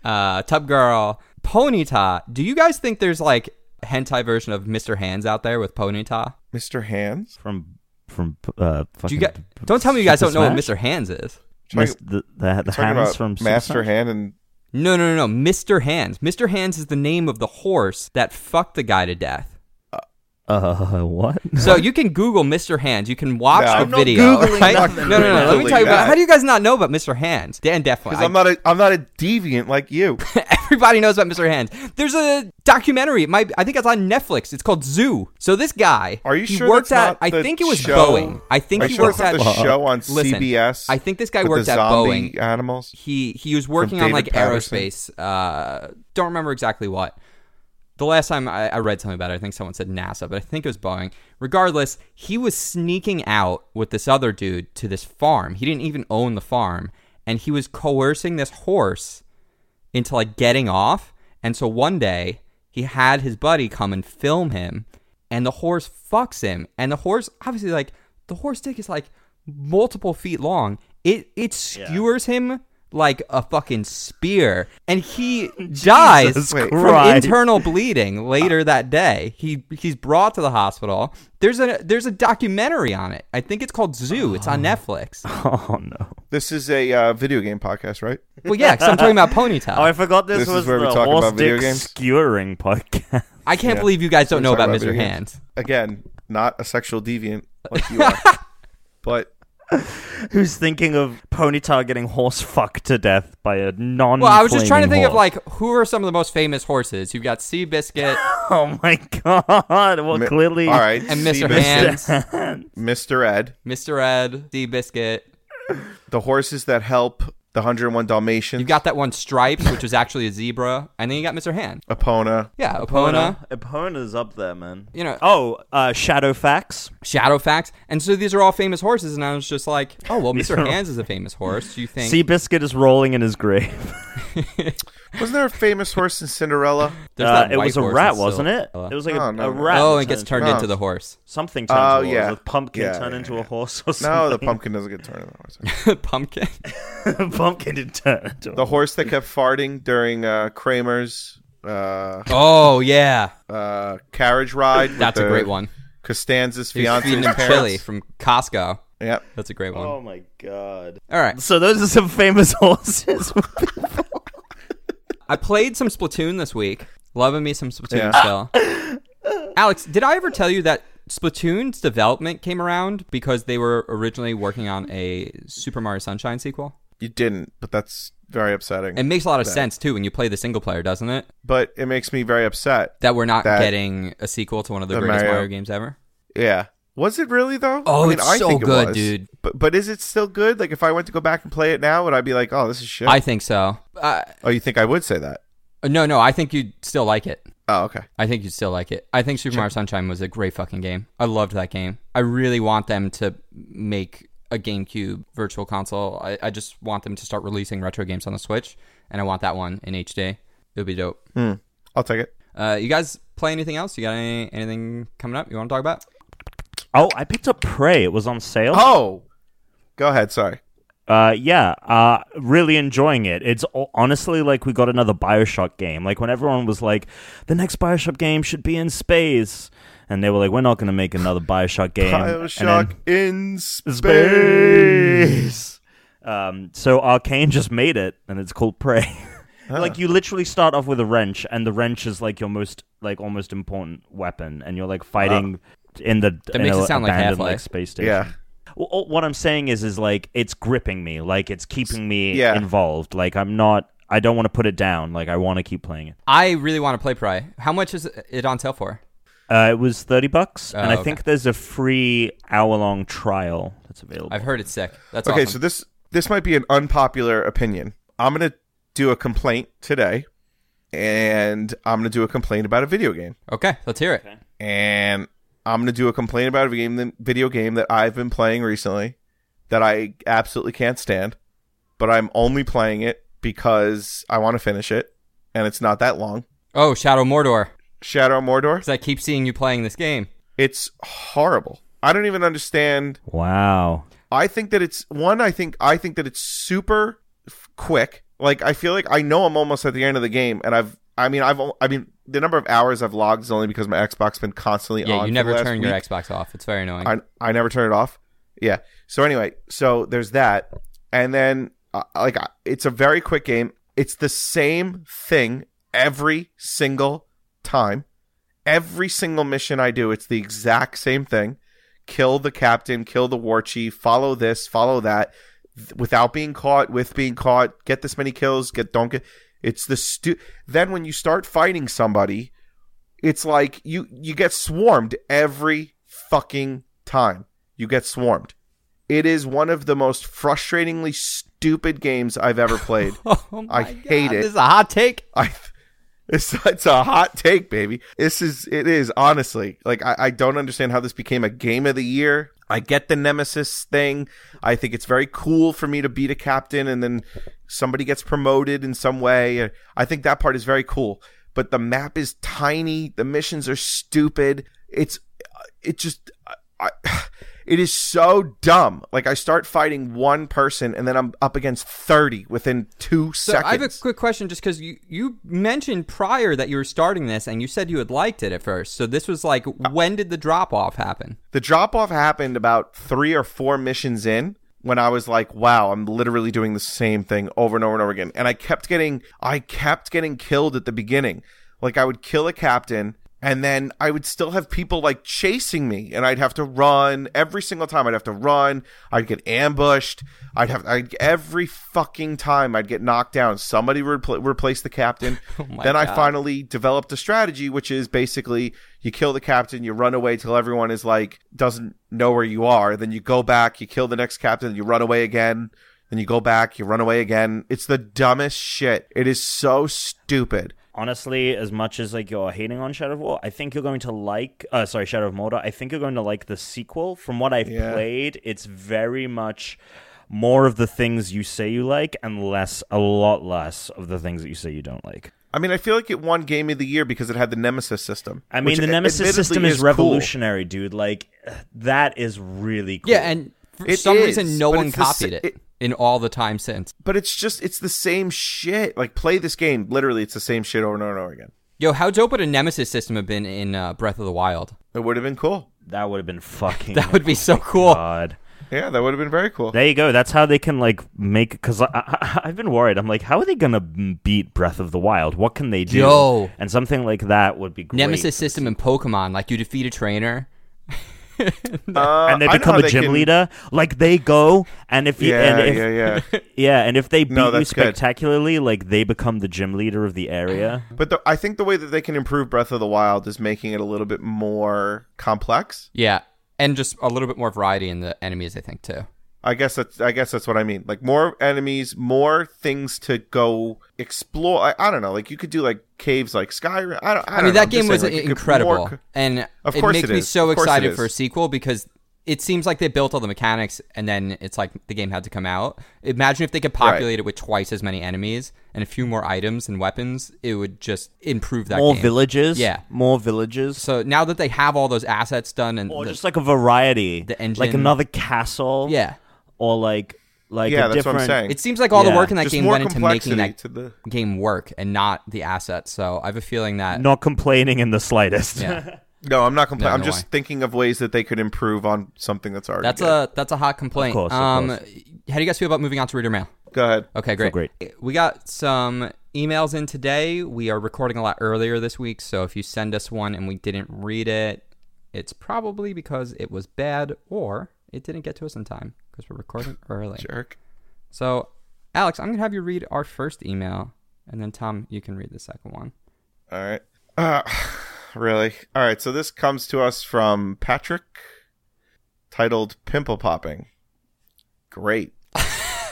A: Uh, Tub Girl, Ponyta. Do you guys think there's like hentai version of Mr. Hands out there with Ponyta?
B: Mr. Hands.
C: from from uh
A: Do
C: fucking
A: you guys, don't tell me you guys don't know what Mr.
C: Smash?
A: Hands is.
C: Mis- the, the, the
B: Talking
C: hands
B: about
C: from Super
B: Master
C: Smash?
B: Hand and
A: No, no, no, no. Mr. Hands. Mr. Hands is the name of the horse that fucked the guy to death.
C: Uh what?
A: So you can Google Mr. Hands. You can watch
B: No.
A: the
B: I'm
C: not
A: video.
C: Googling
A: right?
C: nothing
A: No, no, no.
C: right
A: Let me
B: now.
A: tell you. About,
B: Googling
A: how do you guys not know about Mr. Hands? Dan definitely.
B: because I'm not a I'm not a deviant like you.
A: Everybody knows about Mr. Hands. There's a documentary. My I think it's on Netflix. It's called Zoo. So this guy,
B: Are you
A: he
B: sure
A: worked
B: that's
A: at
B: not
A: I
B: the
A: think it was
B: show?
A: Boeing. I think
B: Are
A: he
B: you sure
A: worked
B: it's not
A: at
B: the show on
A: Listen,
B: CBS?
A: I think this guy
B: with
A: worked
B: the
A: at
B: zombie
A: Boeing.
B: Animals.
A: He he was working on like
B: David Patterson.
A: aerospace. Uh, don't remember exactly what. The last time I, I read something about it, I think someone said NASA, but I think it was Boeing. Regardless, he was sneaking out with this other dude to this farm. He didn't even own the farm, and he was coercing this horse into like getting off. And so one day he had his buddy come and film him, and the horse fucks him. And the horse, obviously, like the horse dick is like multiple feet long. It it skewers him like a fucking spear, and he dies
B: Wait,
A: from
C: Christ.
A: internal bleeding later that day. He he's brought to the hospital. There's a there's a documentary on it. I think it's called Zoo. It's on Netflix.
C: Oh no.
B: This is a uh, video game podcast, right?
A: Well, yeah, 'cause I'm talking about Ponytail.
C: Oh, I forgot this,
B: This is
C: was
B: where we
C: the
B: talk
C: horse
B: about video
C: dick
B: games?
C: skewering podcast.
A: I can't believe you guys don't know
B: Sorry
A: about
B: about
A: Mr.
B: video games.
A: Hands.
B: Again, not a sexual deviant like you are, but
C: Who's thinking of Ponytail getting horse fucked to death by a non?
A: Well, I was just trying to think of like who are some of the most famous horses. You've got Seabiscuit
C: Oh my god! Well,
B: mi-
C: clearly,
B: all right.
A: and
B: see,
A: Mr. Hands,
B: Mr. Ed,
A: Mr. Ed, Seabiscuit.
B: the horses that help the 101 Dalmatians,
A: You've got that one Stripes, which was actually a zebra, and then you got Mr. Hand.
B: Epona.
A: Yeah, Epona,
C: Epona. Epona's up there, man.
A: You know-
C: Oh, uh, Shadowfax.
A: Shadowfax, and so these are all famous horses. And I was just like, oh well,
C: These
A: Mr.
C: are all-
A: Hands is a famous horse. Do you think?
C: Seabiscuit is rolling in his grave.
B: Wasn't there a famous horse in Cinderella?
A: There's
C: Uh,
A: that
C: it
A: white
C: was a
A: horse
C: rat,
A: that's still-
C: wasn't it?
A: Oh.
C: It was like
B: No,
C: a,
B: no,
C: a
B: no.
C: rat.
A: Oh,
C: that
A: and it gets turned
B: No.
A: into the horse.
C: Something turns
B: Oh,
C: into a
B: yeah.
C: horse. A pumpkin
B: Yeah,
C: turned
B: yeah,
C: into
B: yeah.
C: a horse or something.
B: No, the pumpkin doesn't get turned into a horse.
A: Pumpkin.
C: the pumpkin did turn into a
B: The horse that kept farting during uh, Kramer's uh,
A: Oh yeah,
B: uh, carriage ride. with
A: that's a
B: the-
A: great one.
B: Costanza's
A: He was feeding
B: fiance's
A: him chili
B: parents.
A: from Costco.
B: Yep.
A: That's a great one.
C: Oh my god.
A: All right.
C: So those are some famous horses.
A: I played some Splatoon this week. Loving me some Splatoon
B: Yeah.
A: still. Alex, did I ever tell you that Splatoon's development came around because they were originally working on a Super Mario Sunshine sequel?
B: You didn't, but that's very upsetting.
A: It makes a lot of sense too when you play the single player, doesn't it?
B: but it makes me very upset.
A: That we're not
B: That-
A: getting a sequel to one of the,
B: the
A: greatest Mario.
B: Mario-
A: games ever.
B: Yeah. Was it really though?
A: Oh, it's so good, dude.
B: But but is it still good? Like if I went to go back and play it now, would I be like, "Oh, this is shit"?
A: I think so. Uh,
B: oh, you think I would say that?
A: no, no, I think you'd still like it.
B: Oh, okay.
A: I think you'd still like it. I think Super Mario Sunshine was a great fucking game. I loved that game. I really want them to make a GameCube virtual console. I, I just want them to start releasing retro games on the Switch, and I want that one in HD. It'll be dope.
B: I'll take it.
A: Uh, you guys play anything else? You got any, anything coming up you want to talk about?
C: oh, I picked up Prey. It was on sale.
B: Oh, go ahead. Sorry.
C: Uh, yeah, uh, really enjoying it. It's o- honestly like we got another Bioshock game. Like when everyone was like, the next Bioshock game should be in space, and they were like, we're not going to make another Bioshock game. And then-
B: Bioshock in space.
C: space. Um, so Arcane just made it, and it's called Prey. like you literally start off with a wrench, and the wrench is like your most like almost important weapon, and you're like fighting in the in
A: makes
C: a
A: it sound like
C: abandoned,
A: Half-Life.
C: space station.
B: Uh, Yeah.
C: Well, all- what I'm saying is, is like it's gripping me, like it's keeping me
B: Yeah.
C: involved. Like I'm not, I don't want to put it down. Like I want to keep playing it.
A: I really want to play Prey. How much is it on sale for?
C: Uh, it was thirty bucks, and I
A: okay.
C: think there's a free hour long trial that's available.
A: I've heard it's sick. That's
B: Okay,
A: awesome.
B: so this this might be an unpopular opinion. I'm gonna do a complaint today, and I'm gonna do a complaint about a video game,
A: okay, let's hear it.
B: and I'm gonna do a complaint about a game video game that I've been playing recently that I absolutely can't stand, but I'm only playing it because I want to finish it, and it's not that long.
A: Oh, Shadow Mordor.
B: Shadow of Mordor.
A: Because I keep seeing you playing this game.
B: It's horrible. I don't even understand
C: Wow.
B: I think that it's one. I think I think that it's super f- quick. Like I feel like I know I'm almost at the end of the game, and I've. I mean, I've. o- I mean, the number of hours I've logged is only because my Xbox been constantly on.
A: Yeah, you
B: for
A: never
B: the last
A: turn your
B: week.
A: Xbox off. It's very annoying.
B: I I never turn it off. Yeah. So anyway, so there's that, and then uh, like I- it's a very quick game. It's the same thing every single time. Every single mission I do, it's the exact same thing. Kill the captain, kill the war chief, follow this, follow that, th- without being caught, with being caught, get this many kills, get don't get. It's the stu- then when you start fighting somebody, it's like you you get swarmed every fucking time. You get swarmed. It is one of the most frustratingly stupid games I've ever played.
A: Oh my
B: hate
A: God,
B: it.
A: This is a hot take.
B: I it's it's a hot take, baby. This is it is honestly like I, I don't understand how this became a game of the year. I get the nemesis thing. I think it's very cool for me to beat a captain and then somebody gets promoted in some way. I think that part is very cool. But the map is tiny. The missions are stupid. It's it just I, it is so dumb. Like I start fighting one person and then I'm up against thirty within two
A: So
B: seconds.
A: I have a quick question, just because you you mentioned prior that you were starting this, and you said you had liked it at first. So this was like,
B: Uh,
A: when did the drop off happen?
B: The drop off happened about three or four missions in when I was like, wow, I'm literally doing the same thing over and over and over again. And I kept getting, I kept getting killed at the beginning. Like I would kill a captain and then I would still have people like chasing me and I'd have to run every single time. I'd have to run. I'd get ambushed. I'd have, I'd every fucking time I'd get knocked down. Somebody would repl- replace the captain.
C: Oh
A: my
B: then I
A: God.
B: finally finally developed a strategy, which is basically you kill the captain, you run away till everyone is like doesn't know where you are. Then you go back, you kill the next captain, you run away again. Then you go back, you run away again. It's the dumbest shit. It is so stupid.
C: honestly, as much as like you're hating on Shadow of War, I think you're going to like. Uh, sorry, Shadow of Mordor. I think you're going to like the sequel. From what I've
B: Yeah.
C: played, it's very much more of the things you say you like, and less, a lot less of the things that you say you don't like.
B: I mean, I feel like it won Game of the Year because it had the Nemesis system.
C: I mean,
B: which
C: the Nemesis
B: admittedly
C: system is,
B: cool.
C: revolutionary, dude. Like, that is really cool.
A: Yeah, and for
B: It
A: some
B: is,
A: reason, no
B: but
A: one
B: it's the
A: copied
B: sa-
A: it,
B: it-
A: in all the time since.
B: But it's just, it's the same shit. Like, play this game. Literally, it's the same shit over and over and over again.
A: Yo, how dope would a Nemesis system have been in uh, Breath of the Wild?
B: It would have been cool.
C: that would have been
B: Mm,
C: fucking.
A: That would be so cool.
B: uh,
C: God.
B: Yeah, that would have been very cool.
C: There you go. That's how they can like make. Because I, I, I've been worried. I'm like, how are they gonna beat Breath of the Wild? What can they do?
A: Yo.
C: And something like that would be great.
A: Nemesis system in Pokemon, like you defeat a trainer.
B: Uh,
C: and
B: I
C: they
B: know
C: become
B: how
C: a
B: they
C: gym
B: can-
C: leader. Like they go, and if you,
B: Yeah,
C: and if,
B: yeah, yeah.
C: yeah, and if they beat
B: No,
C: you
B: that's good.
C: spectacularly, like they become the gym leader of the area.
B: But the, I think the way that they can improve Breath of the Wild is making it a little bit more complex.
A: Yeah, and just a little bit more variety in the enemies, I think too.
B: I guess that's I guess that's what I mean. Like more enemies, more things to go explore. I, I don't know. Like you could do like caves, like Skyrim. I don't.
A: I
B: I,
A: mean,
B: don't know.
A: that
B: I'm just
A: game was
B: saying, like, it could be
A: incredible,
B: more co-
A: and
B: Of
A: it
B: course
A: makes
B: it
A: me
B: is.
A: so
B: Of course it
A: excited
B: is.
A: for a sequel because it seems like they built all the mechanics, and then it's like the game had to come out. Imagine if they could populate it with twice as many enemies and a few more items and weapons, it would just improve that
C: More
A: game.
C: villages.
A: Yeah.
C: More villages.
A: So now that they have all those assets done, and
C: or
A: the-
C: just like a variety.
A: the
C: Like
A: engine.
C: another castle.
A: yeah,
C: Or like like
B: Yeah,
C: a
B: that's what
C: different.
B: I'm saying.
A: it seems like all the
C: Yeah.
A: work in that
B: Just
A: game
B: more
A: went into making
B: complexity
A: that
B: to the.
A: game work and not the assets. So I have a feeling that
C: Not complaining in the slightest.
A: yeah,
B: No, I'm not complaining.
A: No,
B: I'm
A: no
B: just
A: way.
B: thinking of ways that they could improve on something that's already.
A: that's
B: good.
A: a that's a hot complaint.
C: course, of
A: um,
C: course.
A: how do you guys feel about moving on to reader mail?
B: Go ahead.
A: Okay, great. Eh,
C: great.
A: We got some emails in today. We are recording a lot earlier this week, so if you send us one and we didn't read it, it's probably because it was bad or it didn't get to us in time because we're recording early.
B: Jerk.
A: So, Alex, I'm going to have you read our first email and then Tom, you can read the second one.
B: All right. Uh, really? All right. So this comes to us from Patrick, titled Pimple Popping. Great.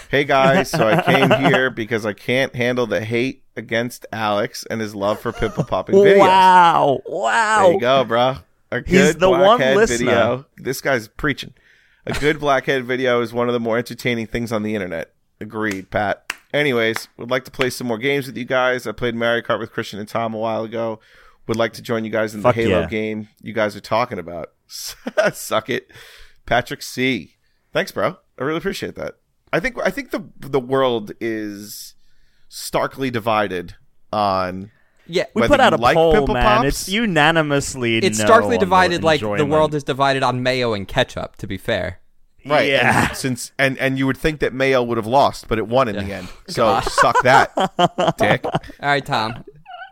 B: hey guys, so I came here because I can't handle the hate against Alex and his love for pimple popping videos.
C: Wow.
B: There you
C: Wow.
B: go, bro. A good
C: He's the one
B: blackhead
C: listener.
B: video. This guy's preaching. A good blackhead video is one of the more entertaining things on the internet. Agreed, Pat. Anyways, would like to play some more games with you guys. I played Mario Kart with Christian and Tom a while ago. Would like to join you guys in
C: Fuck
B: the Halo
C: yeah.
B: game you guys are talking about. Suck it. Patrick C. Thanks, bro. I really appreciate that. I think I think the the world is starkly divided on
A: Yeah,
C: We
B: Whether
C: put out
B: you
C: a
B: like
C: poll,
B: Pimple
C: man.
B: Pops?
C: It's unanimously.
A: it's
C: no
A: starkly
C: on
A: divided like the
C: enjoyment.
A: world is divided on mayo and ketchup, to be fair.
B: Right.
C: Yeah.
B: And since and and you would think that Mayo would have lost, but it won in the end. So suck that, dick.
A: All right, Tom.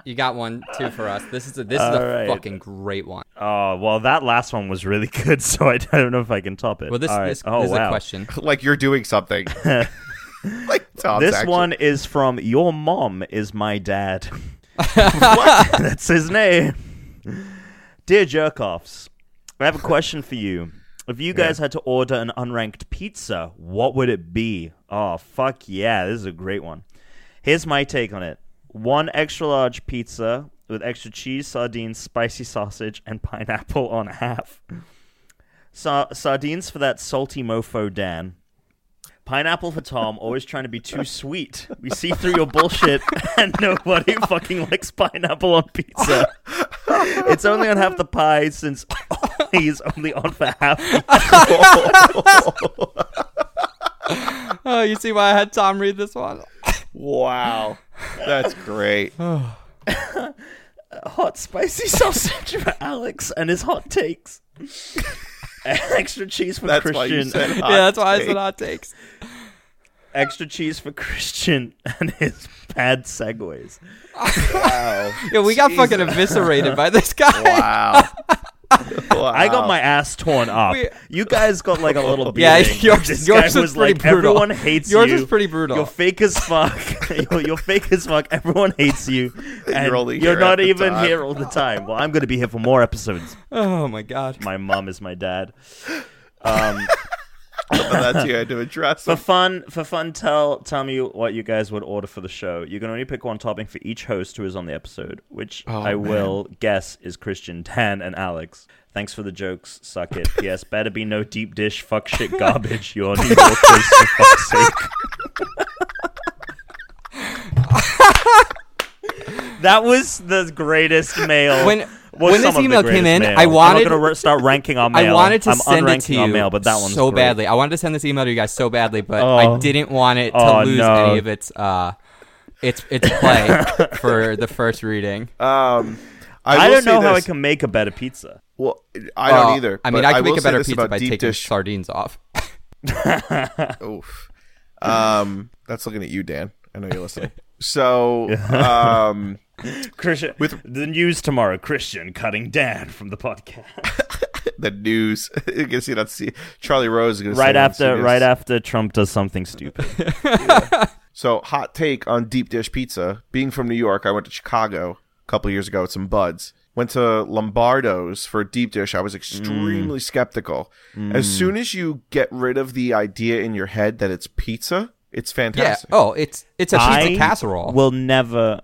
A: You got one too for us. This is a this is
C: All
A: a
C: right.
A: fucking great one.
C: Oh well, that last one was really good, so I don't know if I can top it.
A: Well, this
C: All right.
A: this,
C: oh,
A: this is
C: wow.
A: a question.
B: Like you're doing something. like Tom's
C: this
B: action.
C: one is from Your Mom is My Dad. That's his name. Dear Jerkoffs, I have a question for you. If you guys had to order an unranked pizza, what would it be? Oh, fuck yeah, this is a great one. Here's my take on it one extra large pizza with extra cheese, sardines, spicy sausage, and pineapple on half. Sa- sardines for that salty mofo Dan. Pineapple for Tom, always trying to be too sweet. We see through your bullshit, and nobody fucking likes pineapple on pizza. It's only on half the pie since he's only on for half.
A: Oh, you see why I had Tom read this one?
B: Wow, that's great.
C: Hot spicy sausage for Alex and his hot takes. Extra cheese for
B: That's why you
C: Christian.
B: said hot
A: yeah, that's why I
B: take.
A: said hot takes.
C: Extra cheese for Christian and his bad segues.
B: Wow,
A: Yeah, we got fucking
B: Jesus.
A: eviscerated by this guy.
B: wow.
C: I got my ass torn up.
A: We-
C: you guys got like a little beating.
A: Yeah, yours-
C: this
A: yours
C: guy
A: was
C: was
A: pretty
C: like
A: brutal.
C: everyone hates
A: Yours
C: you.
A: was pretty brutal.
C: You're fake as fuck. you're, you're fake as fuck. Everyone hates you. And
B: You're
C: you're
B: only here at
C: not
B: the
C: even
B: time.
C: here all the time. Well, I'm gonna be here for more episodes.
A: Oh my god.
C: My mom is my dad. Um,
B: Well, that's you had to address.
C: for
B: Him.
C: fun, for fun, tell tell me what you guys would order for the show. You can only pick one topping for each host who is on the episode, which
A: Oh,
C: I will guess is Christian, Dan, and Alex. Thanks for the jokes. Suck it. P.S. Better be no deep dish fuck shit garbage. You're New Yorkers for fuck's sake. that was the greatest mail.
A: When-
C: was
A: when this
C: some of the
A: email came
C: greatest
A: in,
C: mail.
A: I wanted-
C: I'm not gonna re- start ranking our mail.
A: I wanted to
C: I'm
A: send it
C: unranking
A: to
C: our
A: you
C: mail, but that one's
A: so
C: great.
A: badly. I wanted to send this email to you guys so badly, but
C: Oh.
A: I didn't want it to
C: Oh,
A: lose
C: no.
A: any of its uh, its its play for the first reading.
B: Um, I,
C: I,
B: will
C: don't
B: say
C: know how I
B: this.
C: can make a better pizza.
B: Well, I don't
A: Uh,
B: either.
A: I mean,
B: but
A: I could
B: will
A: make a
B: say
A: better
B: this
A: pizza
B: about
A: by
B: deep
A: taking
B: dish.
A: sardines off.
B: Oof. Um, that's looking at you, Dan. I know you're listening. So, um,
C: Christian,
B: With-
C: with the news tomorrow, Christian cutting Dan from the podcast.
B: the news. you're gonna see that. See, Charlie Rose is gonna
C: right
B: see it on
C: after,
B: CBS.
C: right after Trump does something stupid.
B: So, hot take on deep dish pizza. Being from New York, I went to Chicago a couple years ago with some buds. Went to Lombardo's for deep dish. I was
C: Mm.
B: extremely skeptical. As soon as you get rid of the idea in your head that it's pizza, it's
A: Yeah.
B: fantastic.
A: Oh, it's it's a pizza
C: I
A: casserole.
C: Will never.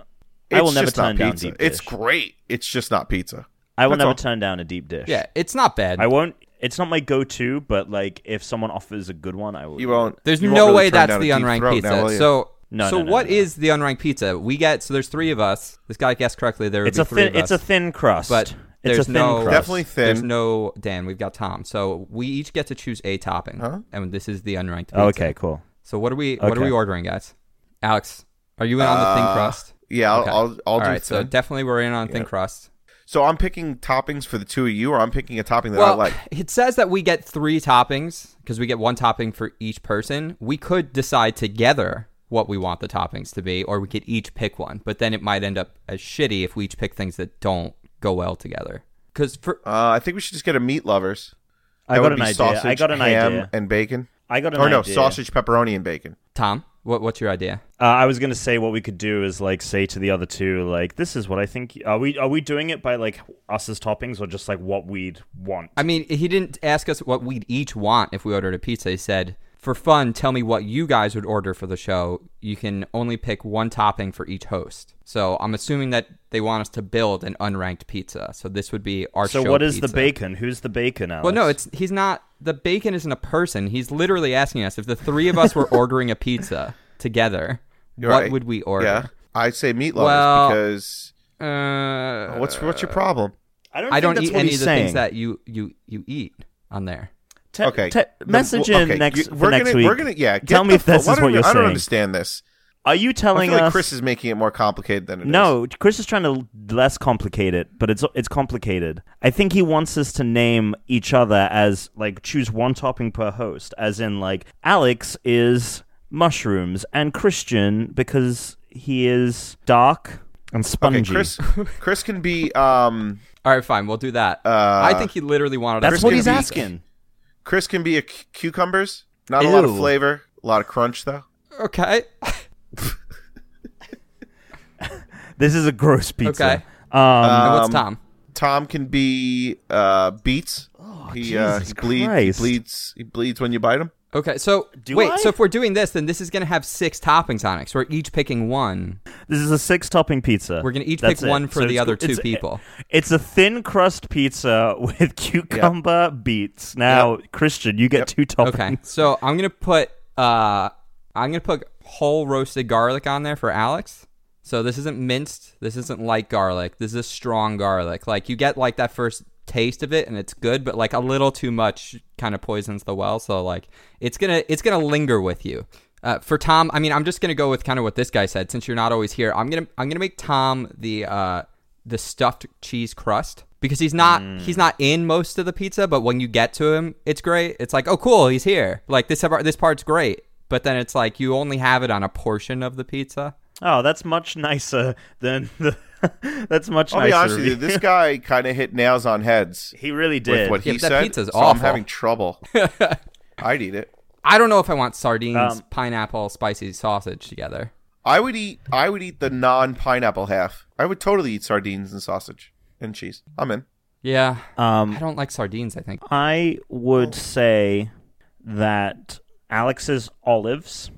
C: I
B: It's
C: will never
B: just not
C: turn down
B: pizza.
C: deep dish.
B: It's great. It's just not pizza.
C: I will
B: that's
C: never
B: all.
C: turn down a deep dish.
A: yeah, it's not bad.
C: I won't. It's not my go-to, but like if someone offers a good one, I will.
B: You won't.
A: There's
B: you won't
A: no
B: really
A: way
B: turn
A: that's
B: down a
A: the
B: deep
A: unranked
B: throat
A: pizza.
B: now, will you?
A: so
C: No,
A: so
C: no, no,
A: what
C: no, no.
A: is the unranked pizza? We get so there's three of us. This guy guessed correctly. There would
C: It's
A: be
C: a
A: three
C: thin.
A: of
C: It's a
A: us.
C: thin crust.
A: But
C: it's a
A: there's
C: thin
A: no-
C: crust.
B: definitely thin.
A: There's no Dan. We've got Tom. So we each get to choose a topping, and this is the unranked. Pizza.
C: Oh, okay, cool.
A: So what are we what are
C: Okay.
A: we ordering, guys? Alex, are you in on the thin crust?
B: Yeah, Uh, I'll,
A: Okay.
B: I'll, I'll
A: All
B: do
A: right, so
B: thin.
A: definitely we're in on thin crust.
B: So I'm picking toppings for the two of you, or I'm picking a topping that I
A: Well,
B: like.
A: it says that we get three toppings because we get one topping for each person. We could decide together what we want the toppings to be, or we could each pick one. But then it might end up as shitty if we each pick things that don't go well together. Because for
B: Uh, I think we should just get a meat lovers.
C: I
B: That
C: got
B: would
C: an
B: be
C: idea.
B: Sausage,
C: I got an
B: ham,
C: idea.
B: and bacon.
C: I got an
B: or no,
C: idea.
B: sausage, pepperoni, and bacon.
A: Tom, what, what's your idea?
C: Uh, I was gonna say what we could do is like say to the other two like this is what I think. Are we are we doing it by like us as toppings or just like what we'd want?
A: I mean, he didn't ask us what we'd each want if we ordered a pizza. He said, for fun, tell me what you guys would order for the show. You can only pick one topping for each host. So I'm assuming that they want us to build an unranked pizza. So this would be our
C: So
A: show
C: what is the
A: pizza.
C: bacon? Who's the bacon? Alex?
A: Well, no, it's he's not. The bacon isn't a person. He's literally asking us if the three of us were ordering a pizza together,
B: You're
A: what
B: right.
A: would we
B: Yeah,
A: order?
B: I say meat lovers
A: Well,
B: because
A: Uh,
B: what's what's your problem?
C: I don't.
A: I don't
C: think that's
A: eat
C: what
A: any
C: he's
A: of the
C: saying.
A: things that you you you eat on there.
C: Te-
B: Okay,
C: te-
B: The-
C: message
B: well,
C: in
B: okay,
C: next
B: you-
C: for
B: We're
C: next
B: gonna
C: week.
B: we're gonna yeah. get
C: Tell me
B: the
C: if this
B: fuck-
C: is what
B: don't-
C: you're
B: I don't
C: saying.
B: understand this.
C: Are you
B: I
C: telling
B: feel like
C: us?
B: Chris is making it more complicated than it is.
C: no, Chris is trying to l- less complicate it, but it's it's complicated. I think he wants us to name each other as like choose one topping per host, as in like Alex is mushrooms and Christian because he is dark and spongy.
B: Okay, Chris. Chris can be um.
A: All right, fine, we'll do
B: Uh,
A: that. I think he literally wanted.
C: That's
A: us
C: what
A: to
C: he's
A: do
B: be-
A: pizza.
C: asking.
B: Chris can be a c- cucumbers. Not a lot of
C: Ew.
B: flavor, a lot of crunch though.
A: Okay.
C: This is a gross pizza.
A: Okay.
C: Um,
A: and what's Tom?
B: Tom can be uh, beats.
A: Oh,
B: he uh,
C: Jesus
B: he bleeds.
C: Christ.
B: He bleeds. He bleeds when you bite him.
A: Okay, so
C: Do
A: wait,
C: I?
A: so if we're doing this, then this is gonna have six toppings on it. So we're each picking one.
C: this is a six-topping pizza.
A: We're gonna each
C: That's
A: pick
C: it.
A: one for
C: So
A: the
C: it's-
A: other two
C: it's-
A: people.
C: It's a thin crust pizza with cucumber beets. Now, Christian, you get two toppings.
A: Okay, so I'm gonna put uh, I'm gonna put whole roasted garlic on there for Alex. So this isn't minced. This isn't light garlic. This is strong garlic. Like you get like that first taste of it, and it's good, but like a little too much kind of poisons the well. So like it's gonna it's gonna linger with you. Uh, for Tom, I mean, I'm just gonna go with kind of what this guy said. Since you're not always here, I'm gonna I'm gonna make Tom the uh, the stuffed cheese crust because he's not
C: Mm.
A: he's not in most of the pizza but when you get to him it's great it's like oh cool he's here like this part- this part's great but then it's like you only have it on a portion of the pizza
C: Oh, that's much nicer than the. that's much
B: I'll
C: nicer.
B: be honest
C: of
B: with you. This guy kind of hit nails on heads
C: he really
B: with
C: did.
B: what
A: Yeah,
B: he
A: but that
B: said.
A: pizza's
B: so I'm
A: awful.
B: having trouble. I'd eat it.
A: i don't know if i want sardines
C: Um,
A: pineapple spicy sausage together
B: I would eat. I would eat the non-pineapple half. I would totally eat sardines and sausage and cheese. I'm in.
A: yeah
C: um,
A: i don't like sardines i think
C: I
B: Oh.
C: would say that Alex's olives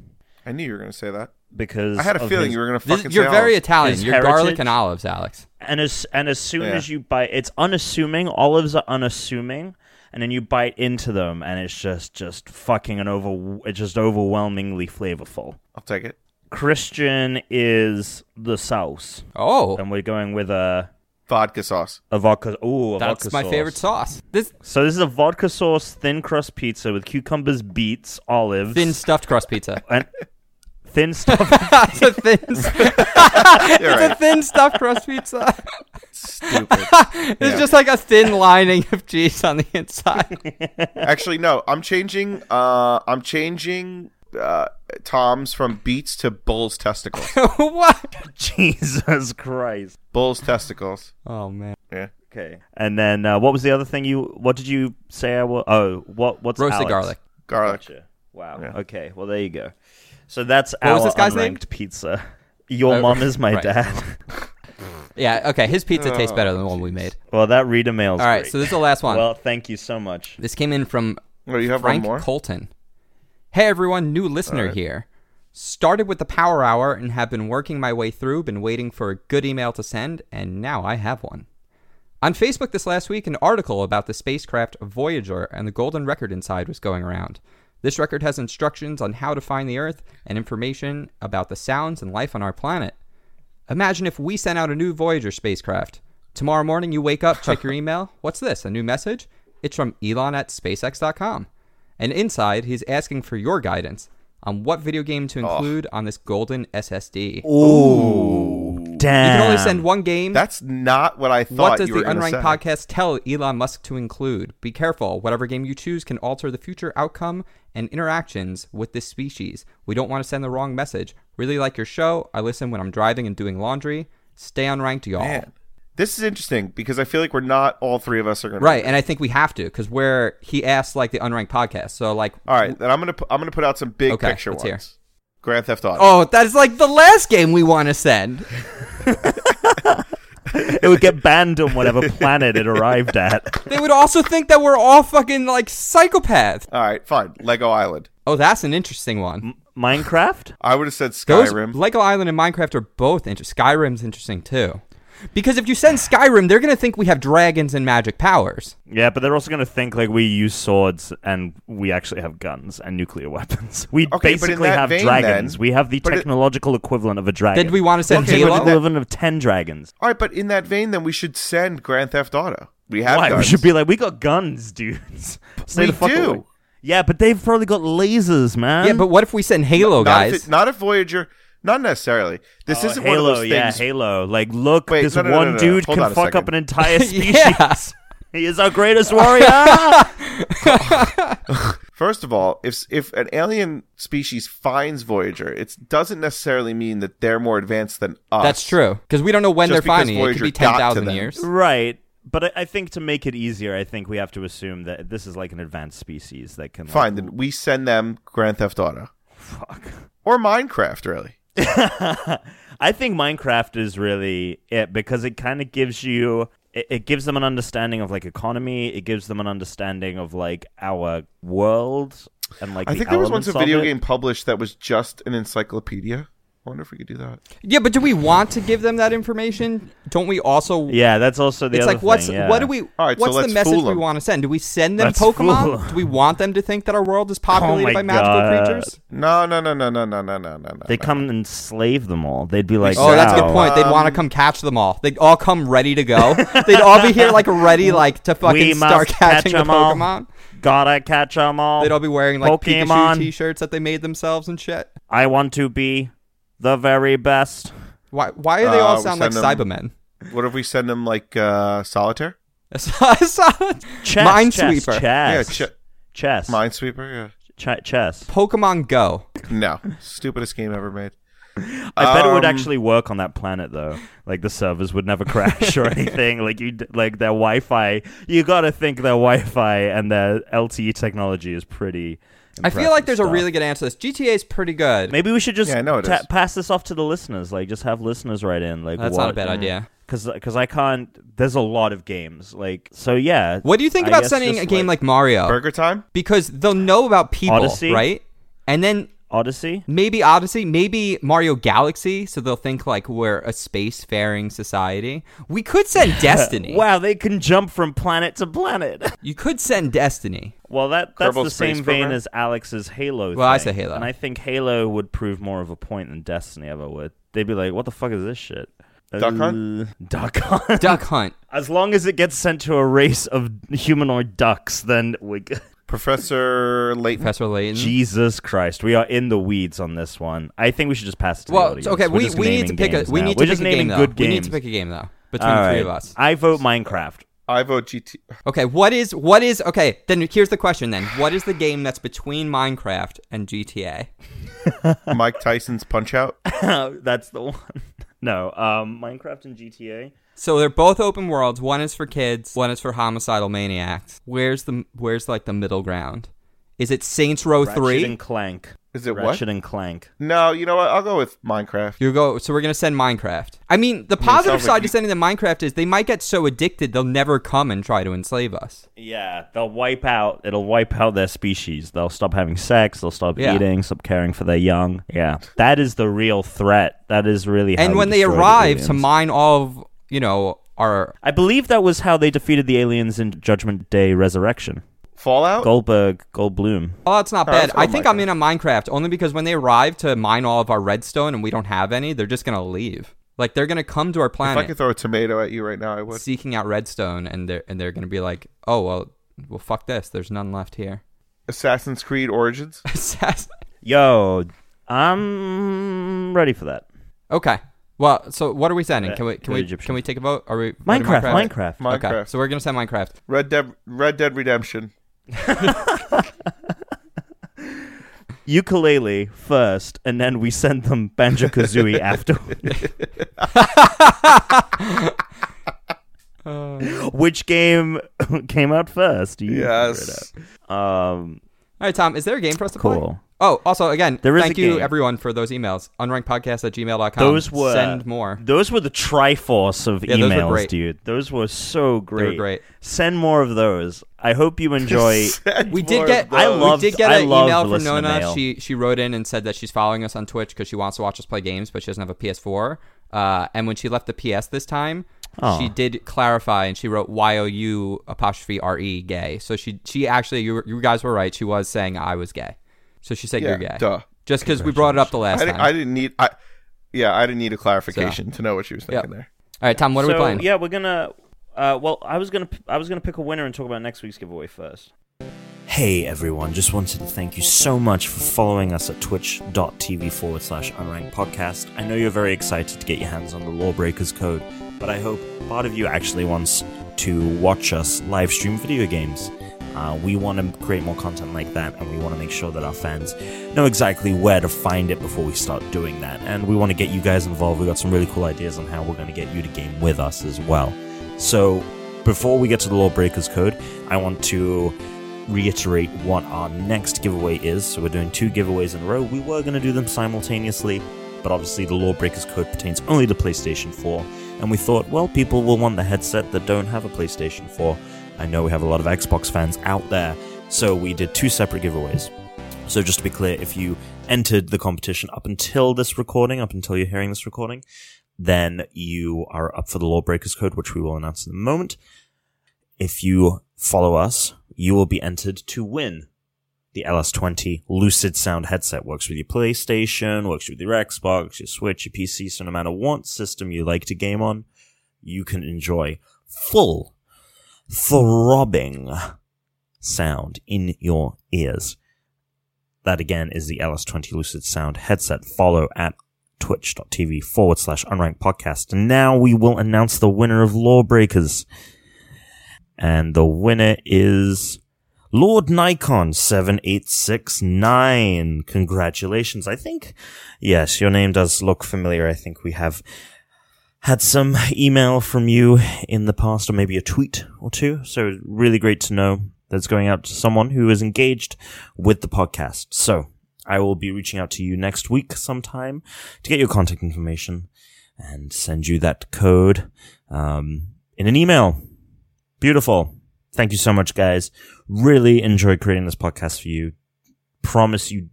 B: I knew you were going to say that.
C: because
B: I had a
C: of
B: feeling
C: his-
B: you were going to
A: This-
B: fucking.
A: you're
B: say
A: very
B: olives.
A: italian
C: His
A: you're garlic
C: heritage.
A: and olives alex
C: and as and as soon
B: Yeah.
C: as you bite, it's unassuming. Olives are unassuming, and then you bite into them, and it's just just fucking an over. It's just overwhelmingly flavorful.
B: I'll take it.
C: Christian is the sauce,
A: oh
C: and we're going with a
B: Vodka sauce.
C: a vodka. Ooh, a
A: that's
C: vodka
A: my
C: sauce.
A: favorite sauce this
C: So this is a vodka sauce thin crust pizza with cucumbers, beets, olives,
A: thin stuffed crust pizza
C: and thin stuff.
A: that's a thin it's
B: You're
A: a
B: right.
A: thin stuffed crust pizza
B: Stupid.
A: It's
B: Yeah.
A: just like a thin lining of cheese on the inside.
B: Actually, no. I'm changing. Uh, I'm changing uh, Tom's from beets to bull's testicles.
A: what?
C: Jesus Christ.
B: bull's testicles.
A: Oh man.
B: Yeah.
C: Okay. And then uh, what was the other thing you? What did you say? I was. Oh, what? What's
A: Roasted
C: Alex?
A: garlic.
B: Garlic.
C: Gotcha. Wow.
B: Yeah.
C: Okay. Well, there you go. So that's
A: What
C: our
A: was this guy's name?
C: unranked pizza. Your
A: Oh,
C: mom is my
A: right.
C: dad.
A: Yeah, okay, his pizza tastes better than the one we made.
C: well, that reader mail's
A: All right,
C: great.
A: so this is the last one.
C: well, thank you so much.
A: this came in from
B: Oh, you have
A: Frank
B: one more.
A: Colton. Hey everyone, new listener here. Started with the power hour and have been working my way through, been waiting for a good email to send, and now I have one. On Facebook this last week, an article about the spacecraft Voyager and the golden record inside was going around. This record has instructions on how to find the Earth and information about the sounds and life on our planet. Imagine if we sent out a new Voyager spacecraft. Tomorrow morning, you wake up, check your email. What's this? A new message? It's from Elon at SpaceX.com. And inside, he's asking for your guidance on what video game to include on this golden SSD. You
C: Damn.
A: can only send one game.
B: That's not what I thought.
A: What does
B: you
A: the
B: were gonna
A: Unranked
B: say.
A: podcast tell Elon Musk to include? Be careful. Whatever game you choose can alter the future outcome and interactions with this species. We don't want to send the wrong message. Really like your show. I listen when I'm driving and doing laundry. Stay unranked, y'all.
B: Man, Oh. this is interesting because I feel like we're not all three of us are going to
A: Right, and I think we have to because where he asked like the unranked podcast. So like,
B: All right, then I'm gonna pu- I'm gonna put out some big
A: Okay,
B: picture
A: let's
B: ones.
A: hear.
B: Grand Theft Auto.
A: oh, that's like the last game we want to send.
C: it would get banned on whatever planet it arrived at.
A: They would also think that we're all fucking like psychopaths.
B: All right, fine. Lego Island.
A: Oh, that's an interesting one.
C: Minecraft?
B: I would have said
A: Those
B: Mm, Skyrim.
A: Lego Island and Minecraft are both interesting. Skyrim's interesting too. Because if you send Skyrim, they're going to think we have dragons and magic powers.
C: Yeah, but they're also going to think like we use swords and we actually have guns and nuclear weapons. We
B: but in
C: basically
B: that
C: have
B: vein,
C: dragons.
B: then-
C: we have the
B: but it-
C: technological equivalent of a dragon.
A: Did we want to send
B: Okay, but
A: Halo?
B: in that-
C: equivalent of 10 dragons.
B: all right, but in that vein, then we should send Grand Theft Auto. We have
C: Why? We
B: guns.
C: should be like, we got guns, dudes. Stay
B: We
C: the fuck
B: do.
C: away. Yeah, but they've probably got lasers, man.
A: yeah, but what if we send Halo,
B: not, if
A: guys?
B: it- not if Voyager. Not necessarily. This
C: Oh,
B: isn't
C: Halo,
B: one of those
C: yeah,
B: things.
C: Halo. Like, look,
B: Wait,
C: this
B: no, no, no,
C: one
B: no, no.
C: dude
B: Hold on
C: can
B: a
C: fuck
B: second.
C: up an entire species.
A: Yeah.
C: He is our greatest warrior.
B: First of all, if if an alien species finds Voyager, it doesn't necessarily mean that they're more advanced than us.
A: That's true. Because we don't know when
B: Just
A: they're
B: because
A: finding it. It could
B: Voyager
A: be
B: got to
A: 10,000
B: them.
A: years.
C: right. But I, I think to make it easier, I think we have to assume that this is like an advanced species that can. like,
B: Fine, then we send them Grand Theft Auto.
C: Fuck.
B: or Minecraft, really.
C: I think Minecraft is really it because it kind of gives you it, it gives them an understanding of like economy, it gives them an understanding of like our world and like
B: I
C: the
B: think there was once
C: elements
B: a
C: of
B: video
C: it.
B: game published that was just an encyclopedia. I wonder if we could do that.
A: Yeah, but do we want to give them that information? Don't we also?
C: Yeah, that's also the
A: it's
C: other
A: like what's
C: thing, yeah.
A: what do we?
B: All right, so
A: what's the
B: let's
A: message
B: fool
A: we
B: 'em.
A: want to send? Do we send them
C: Let's fool
A: Pokemon?
C: 'em.
A: Do we want them to think that our world is populated
C: my
A: by magical
C: God.
A: creatures?
B: No, no, no, no, no, no, no, no, no.
C: They
B: no.
C: come and slave them all. They'd be like,
A: Oh, that's a good
C: "Wow,
A: point. They'd
B: Um,
A: want to come catch them all. They'd all come ready to go. They'd all be here like ready, like to
C: We
A: fucking
C: must
A: start
C: catch
A: catching the
C: them all.
A: Pokemon.
C: Gotta catch them all.
A: They'd all be wearing like
C: Pokemon.
A: Pikachu t-shirts that they made themselves and shit.
C: I want to be the very best.
A: Why? Why do they
B: Uh,
A: all
B: we
A: sound like
B: send
A: Cybermen?
B: What if we send them like uh, solitaire?
C: Chess,
A: Minesweeper.
C: Chess.
B: Yeah,
C: Chess.
B: ch-
C: chess.
B: Minesweeper.
C: Ch- chess.
A: Pokemon Go.
B: Yeah. No, stupidest game ever made.
C: I bet it would
B: Um,
C: actually work on that planet though. Like the servers would never crash or anything. Like you, d- like their Wi-Fi. You got to think their Wi-Fi and their LTE technology is pretty.
A: I feel like
C: impressive
A: there's a
C: stuff.
A: really good answer to this. GTA is pretty good.
C: Maybe we should just
B: Yeah, I know it
C: ta-
B: is.
C: pass this off to the listeners. Like just have listeners write in. Like
A: That's
C: what,
A: not a bad idea.
C: Because I can't. There's a lot of games. Like so yeah.
A: What do you think
C: I
A: about
C: guess
A: sending
C: just,
A: a game like, Mario?
B: Burger time.
A: because they'll know about people,
C: Odyssey?
A: right? And then
C: Odyssey?
A: maybe Odyssey, maybe Mario Galaxy, so they'll think like we're a spacefaring society. We could send Destiny.
C: Wow, they can jump from planet to planet.
A: You could send Destiny.
C: Well, that that's
B: Kerbal
C: the
B: Space
C: same vein
B: Program?
C: as Alex's Halo.
A: Well, I
C: thing,
A: say Halo.
C: and I think Halo would prove more of a point than Destiny ever would. They'd be like, "What the fuck is this shit?"
B: Duck
C: Hunt. Duck Hunt.
A: Duck Hunt.
C: as long as it gets sent to a race of humanoid ducks, then we. g-
B: Professor Layton.
A: Professor Layton.
C: Jesus Christ, we are in the weeds on this one. I think we should just pass it to the
A: well,
C: audience.
A: it's- okay,
C: We're
A: we,
C: just
A: we need
C: naming
A: to pick a
C: games
A: we
C: now.
A: need
C: We're
A: to
C: just
A: pick a game
C: naming
A: though.
C: good games.
A: We need to pick a game though between
C: All
A: the three
C: right.
A: of us.
C: I vote Minecraft.
B: I vote GT.
A: Okay, what is what is okay? Then here's the question. Then what is the game that's between Minecraft and GTA?
B: Mike Tyson's Punch Out.
C: that's the one. No, um, Minecraft and GTA.
A: So they're both open worlds. One is for kids. One is for homicidal maniacs. Where's the where's like the middle ground? Is it Saints Row
C: Ratchet
A: Oh, three?
C: and Clank.
B: Is it
C: Ratchet
B: what?
C: and Clank.
B: No, you know what? I'll go with Minecraft.
A: You go. So we're gonna send Minecraft. I mean, the positive
B: sounds like
A: side to
B: you-
A: sending them Minecraft is they might get so addicted they'll never come and try to enslave us.
C: Yeah, they'll wipe out. It'll wipe out their species. They'll stop having sex. They'll stop
A: Yeah.
C: eating. Stop caring for their young. Yeah, that is the real threat. That is really. how
A: and
C: we
A: when they
C: destroy the
A: arrive to
C: aliens.
A: mine all of you know our
C: I believe that was how they defeated the aliens in Judgment Day Resurrection.
B: Fallout.
C: Goldberg, Goldblum.
A: Oh, that's not
B: All right,
A: bad.
B: let's go
A: I think I'm
B: Minecraft.
A: in a Minecraft only because when they arrive to mine all of our redstone and we don't have any, they're just gonna leave. Like they're gonna come to our
B: if I
A: planet
B: could throw a tomato at you right now, I would.
A: seeking out redstone, and they're and they're gonna be like, oh well, well fuck this. There's none left here.
B: Assassin's Creed Origins.
A: Assassin-
C: Yo, I'm ready for that.
A: okay. Well, so what are we sending? Can we
C: Good
A: can we
C: Egyptian.
A: can we take a vote? Are we voting
C: Minecraft, Minecraft.
A: Okay,
B: Minecraft.
A: so we're gonna send Minecraft.
B: Red Dead. Red Dead Redemption.
C: Ukulele first, and then we send them Banjo Kazooie afterwards. Which game came out first? You figure
B: Yes.
C: it out. Um,
A: All right, Tom, is there a game for us to play?
C: Cool.
A: Oh, also again,
C: There is
A: thank
C: a
A: you
C: game.
A: everyone for those emails. Unrankedpodcast at gmail.com.
C: those were
A: send more.
C: Those were the triforce of
A: Yeah,
C: emails,
A: those were great.
C: dude. Those were so great.
A: great.
C: Send more of those. I hope you enjoy.
A: We did get
C: I loved-
A: we did get
C: I
A: an
C: loved
A: email from
C: listener
A: Nona.
C: mail.
A: She she wrote in and said that she's following us on Twitch because she wants to watch us play games, but she doesn't have a PS4. Uh, and when she left the PS this time,
C: Aw.
A: she did clarify and she wrote Y O U apostrophe R E gay. So she she actually you were- you guys were right. She was saying I was gay. So she said
B: Yeah,
A: you're gay.
B: duh.
A: Just because we brought it up the
B: I,
A: last
B: didn't-
A: time.
B: I didn't need. I. Yeah, I didn't need a clarification to know what she was thinking there.
A: All right, Tom, what are
C: so
A: we playing?
C: yeah, we're gonna. Uh, well, I was gonna. p- I was gonna pick a winner and talk about next week's giveaway first. Hey everyone, just wanted to thank you so much for following us at twitch.tv forward slash unranked podcast. I know you're very excited to get your hands on the Lawbreakers code, but I hope part of you actually wants to watch us live stream video games. Uh, we want to create more content like that, and we want to make sure that our fans know exactly where to find it before we start doing that. And we want to get you guys involved. We've got some really cool ideas on how we're going to get you to game with us as well. So, before we get to the Lawbreakers Code, I want to
E: reiterate what our next giveaway is. So we're doing two giveaways in a row. We were going to do them simultaneously, but obviously the Lawbreakers code pertains only to PlayStation 4. And we thought, well, people will want the headset that don't have a PlayStation 4. I know we have a lot of Xbox fans out there. So we did two separate giveaways. So just to be clear, if you entered the competition up until this recording, up until you're hearing this recording, then you are up for the Lawbreakers code, which we will announce in a moment. If you follow us, you will be entered to win the LS20 Lucid Sound headset. Works with your PlayStation, works with your Xbox, your Switch, your PC. So no matter what system you like to game on, you can enjoy full, throbbing sound in your ears. That again is the LS20 Lucid Sound headset. Follow at twitch.tv forward slash unranked podcast. And now we will announce the winner of Lawbreakers. And the winner is Lord Nikon 7869. Congratulations. I think, yes, your name does look familiar. I think we have had some email from you in the past or maybe a tweet or two. So really great to know that's going out to someone who is engaged with the podcast. So I will be reaching out to you next week sometime to get your contact information and send you that code um, in an email. Beautiful. Thank you so much, guys. Really enjoy creating this podcast for you. Promise you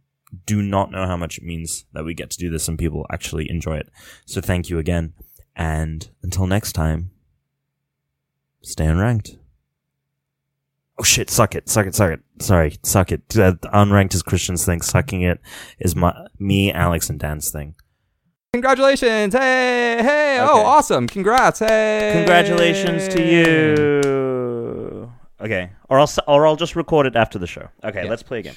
E: do not know how much it means that we get to do this and people actually enjoy it. So thank you again. And until next time, stay unranked. Oh shit, suck it, suck it, suck it. Sorry, suck it. Uh, unranked is Christian's thing. Sucking it is my, me, Alex, and Dan's thing.
A: Congratulations! Hey, hey! Oh,
C: Okay.
A: awesome! Congrats! Hey!
C: Congratulations to you. Eh. Okay, or I'll s- or I'll just record it after the show. Okay, let's play again.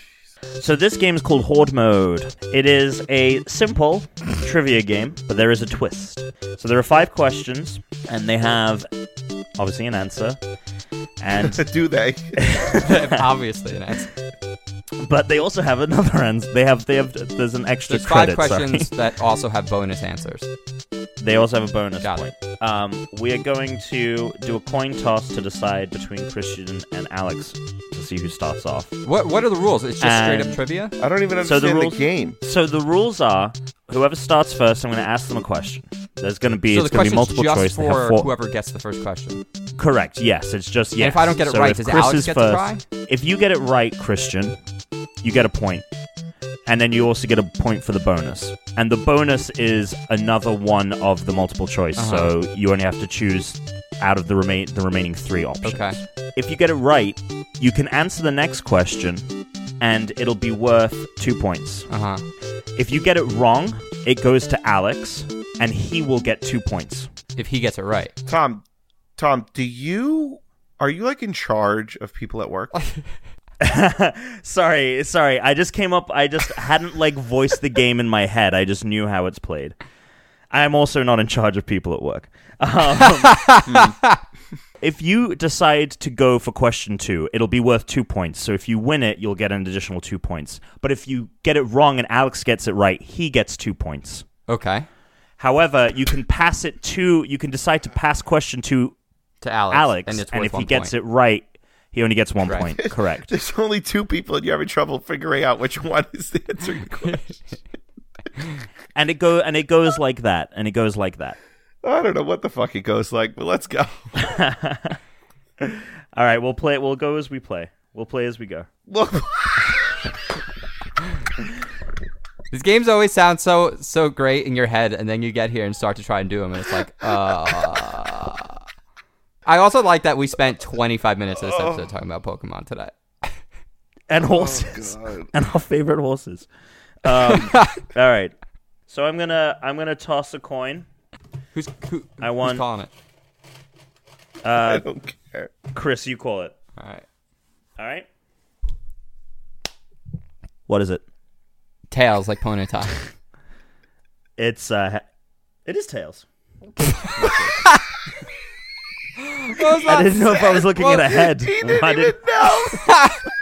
C: So this game is called Horde Mode. It is a simple trivia game, but there is a twist. So there are five questions, and they have obviously an answer, and
B: Do they?
A: Obviously, that's
C: but they also have another answer. They have they have there's an extra
A: There's five
C: credit.
A: questions
C: sorry.
A: that also have bonus answers.
C: They also have a bonus
A: Got
C: point. Um, we are going to do a coin toss to decide between Christian and Alex to see who starts off.
A: What What are the rules? It's just straight
C: And-
A: up trivia.
B: I don't even
C: So
B: understand
C: the
B: the,
C: rules-
B: game.
C: So the rules are: whoever starts first, I'm going to ask them a question. There's going to be
A: so
C: it's
A: the
C: going to
A: question's
C: be multiple
A: just
C: choice. They have
A: for
C: four.
A: whoever gets the first question.
C: Correct. Yes, it's just yes.
A: if I don't get it
C: So
A: right,
C: if
A: does
C: Chris
A: Alex
C: is
A: get to
C: first, If you get it right, Christian, you get a point, and then you also get a point for the bonus. And the bonus is another one of the multiple choice. So you only have to choose out of the remain the remaining three options.
A: Okay.
C: If you get it right, you can answer the next question, and it'll be worth two points.
A: Uh huh.
C: If you get it wrong, it goes to Alex, and he will get two points.
A: If he gets it right,
B: Tom, Tom, do you are you like in charge of people at work?
C: sorry, sorry. I just came up. I just hadn't like voiced the game in my head. I just knew how it's played. I am also not in charge of people at work. Um,
A: Hmm.
C: if you decide to go for question two, it'll be worth two points. So if you win it, you'll get an additional two points. But if you get it wrong and Alex gets it right, he gets two points.
A: okay.
C: However, you can pass it to. You can decide to pass question to
A: To Alex.
C: Alex,
A: and
C: and,
A: it's worth
C: if he
A: one
C: gets
A: point.
C: it right, he only gets one
A: Correct.
C: point. Correct.
B: There's only two people, and you're having trouble figuring out which one is the answering question.
C: and it go and it goes like that, and it goes like that.
B: I don't know what the fuck it goes like, but let's go.
C: All right, we'll play. We'll go as we play. We'll play as we go.
B: Look,
A: These games always sound so so great in your head, and then you get here and start to try and do them, and it's like, uh. I also like that we spent 25 minutes of this
C: Oh.
A: episode talking about Pokemon today. Oh,
C: And horses, and our favorite horses. Um, all right. So I'm gonna I'm gonna toss a coin.
A: Who's who,
C: I won.
A: Who's calling it? Uh,
B: I don't care.
C: Chris, you call it.
A: All right.
C: All right.
E: What is it?
A: Tails like Ponyta.
C: It's uh, it is tails. I didn't know if I was looking
A: Well,
C: at a head.
B: He didn't
C: Why
B: even
C: did-
B: know.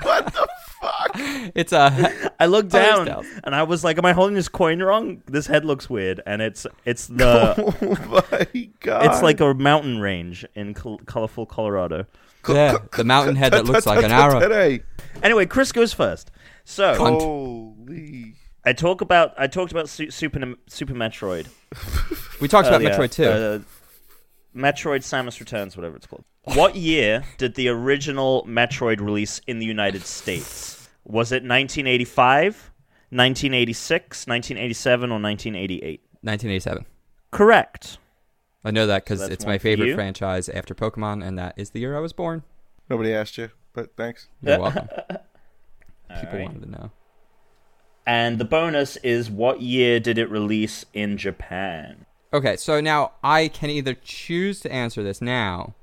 B: what the fuck?
A: It's a
C: I looked
A: Oh, it's
C: down
A: tails.
C: and I was like, "Am I holding this coin wrong? This head looks weird." And it's it's the
B: Oh my god!
C: it's like a mountain range in col- colorful Colorado.
A: yeah, the mountain head that looks like an arrow.
B: Today.
C: Anyway, Chris goes first. So
A: Cunt.
B: Holy.
C: I talk about I talked about su- Super Super Metroid.
A: We talked about
C: earlier,
A: Metroid 2.
C: uh, Metroid Samus Returns, whatever it's called. What year did the original Metroid release in the United States? Was it 1985, 1986, 1987, or 1988?
A: 1987.
C: Correct.
A: I know that because
C: So that's
A: it's
C: one
A: my
C: for
A: favorite
C: you.
A: franchise after Pokemon, and that is the year I was born.
B: Nobody asked you, but thanks.
A: You're welcome. People
C: Alright.
A: wanted to know.
C: And the bonus is what year did it release in Japan?
A: Okay, so now I can either choose to answer this now.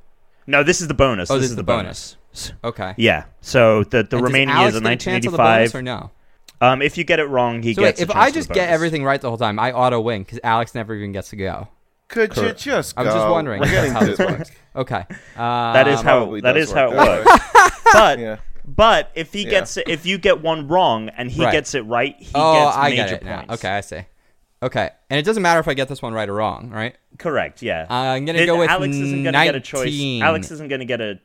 C: No, this is the bonus.
A: Oh,
C: this, is the bonus.
A: Okay.
C: Yeah. So the, the
A: And does
C: remaining
A: Alex
C: years are
A: get a chance on the bonus
C: 1985.
A: Or no?
C: um, if you get it wrong, he
A: So wait,
C: gets. a
A: if
C: chance
A: I
C: for the
A: just get
C: bonus.
A: everything right the whole time, I auto win because Alex never even gets to go.
B: Could you just
A: I was just
B: go?
A: wondering
B: We're
A: if
B: getting
A: that's
B: to
A: how
B: this
A: this
B: one.
A: Okay.
C: that is
A: Um,
C: how
B: Probably
C: that
B: does
C: is how it
B: that
C: works. but
B: Yeah.
C: but if he
B: Yeah.
C: gets it, if you get one wrong and he
A: Right.
C: gets it right, he
A: oh,
C: gets
A: I
C: major
A: get it now.
C: points.
A: Okay, I see. Okay, and it doesn't matter if I get this one right or wrong, right?
C: correct. Yeah,
A: Uh, I'm gonna
C: Then
A: go with
C: Alex isn't gonna get a choice.
A: 19.
C: Alex isn't going to get a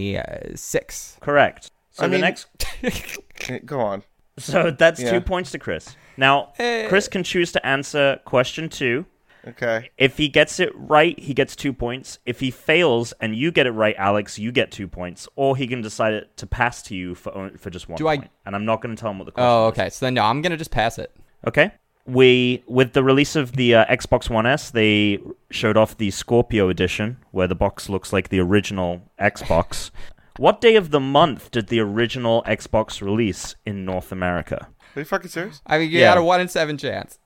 A: Eighty-six.
C: correct. So
B: I
C: the
B: mean-
C: next,
B: Okay, Go on.
C: so that's
B: Yeah.
C: two points to Chris. Now
A: Eh.
C: Chris can choose to answer question two.
B: Okay.
C: If he gets it right, he gets two points. If he fails and you get it right, Alex, you get two points. Or he can decide it to pass to you for on- for just one
A: Do I-
C: point. And I'm not going to tell him what the question
A: Oh,
C: is.
A: okay. So then no, I'm gonna just pass it.
C: Okay. We with the release of the uh, Xbox One S, they showed off the Scorpio edition, where the box looks like the original Xbox. what day of the month did the original Xbox release in North America?
B: Are you fucking serious?
A: I mean, you
C: Yeah.
A: had a one in seven chance.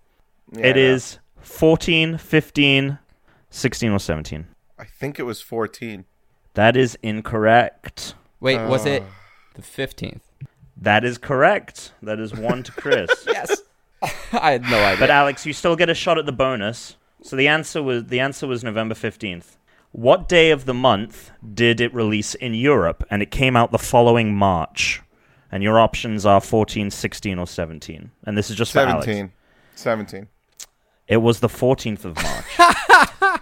B: Yeah,
C: it
B: I know.
C: is 14, 15, 16, or 17.
B: I think it was 14.
C: That is incorrect.
A: Wait, was it the fifteenth?
C: That is correct. That is one to Chris.
A: Yes. I had no idea.
C: But Alex, you still get a shot at the bonus. So the answer was the answer was November 15th. What day of the month did it release in Europe? And it came out the following March. And your options are 14, 16 or 17. And this is just for Alex.
B: 17. 17.
C: It was the 14th of March.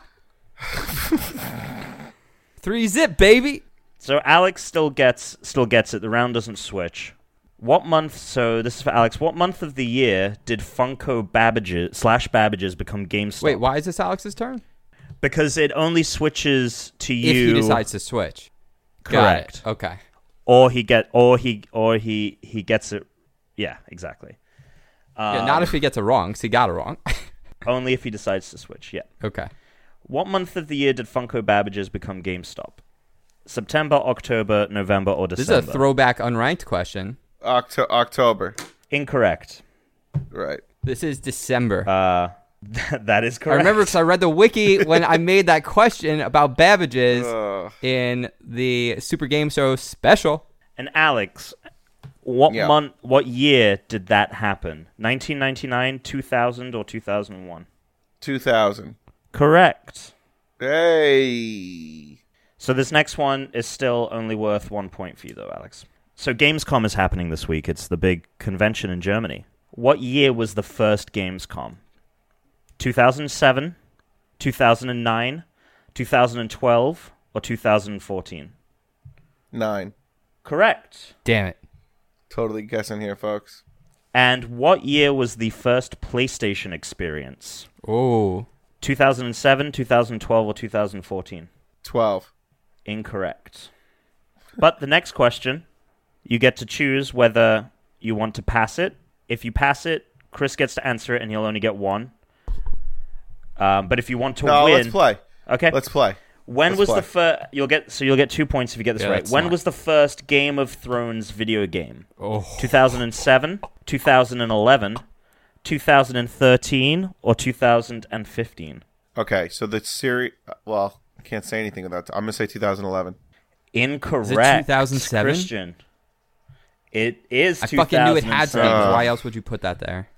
A: Three zip, baby.
C: so Alex still gets still gets it. The round doesn't switch. What month? So this is for Alex. What month of the year did Funko Babbage's slash Babbage's become GameStop?
A: Wait, why is this Alex's turn?
C: because it only switches to you
A: If he decides to switch. Got it.
C: Correct.
A: Okay.
C: or he get or he or he he gets it yeah exactly Uh,
A: Yeah, not if he gets it wrong, 'cause he got it wrong.
C: only if he decides to switch yeah
A: okay.
C: what month of the year did funko babbage's become gamestop september october november or
A: This
C: december
A: is a throwback unranked question.
B: Octo- October.
C: incorrect
B: Right.
A: This is December.
C: uh that
A: I
C: is correct
A: remember because I read the wiki when I made that question about Babbage's
B: Uh.
A: in the Super Game Show special.
C: and alex what
B: Yeah.
C: month what year did that happen 1999 2000 or 2001
B: 2000.
C: correct
B: Hey.
C: So this next one is still only worth one point for you, though, Alex. So Gamescom is happening this week. It's the big convention in Germany. What year was the first Gamescom? 2007, 2009, 2012, or 2014?
B: Nine.
C: Correct.
A: Damn it.
B: Totally guessing here, folks.
C: And what year was the first PlayStation experience?
A: Oh.
C: 2007, 2012, or 2014?
B: 12.
C: Incorrect. But the next question, you get to choose whether you want to pass it. If you pass it, Chris gets to answer it, and he'll only get one. Um, but if you want to
B: No,
C: win,
B: let's play.
C: Okay.
B: Let's play.
C: when
B: let's
C: was
B: play.
C: the first? You'll get so you'll get two points if you get this
A: Yeah,
C: right.
A: that's
C: When
A: smart.
C: was the first Game of Thrones video game?
A: Oh.
C: 2007, 2011, 2013, or 2015?
B: Okay, so the series. Well, I can't say anything without. I'm going to say 2011.
C: Incorrect.
A: 2007?
C: Christian. It is.
A: I fucking knew it had to be. 'cause
C: 2007.
A: Why else would you put that there?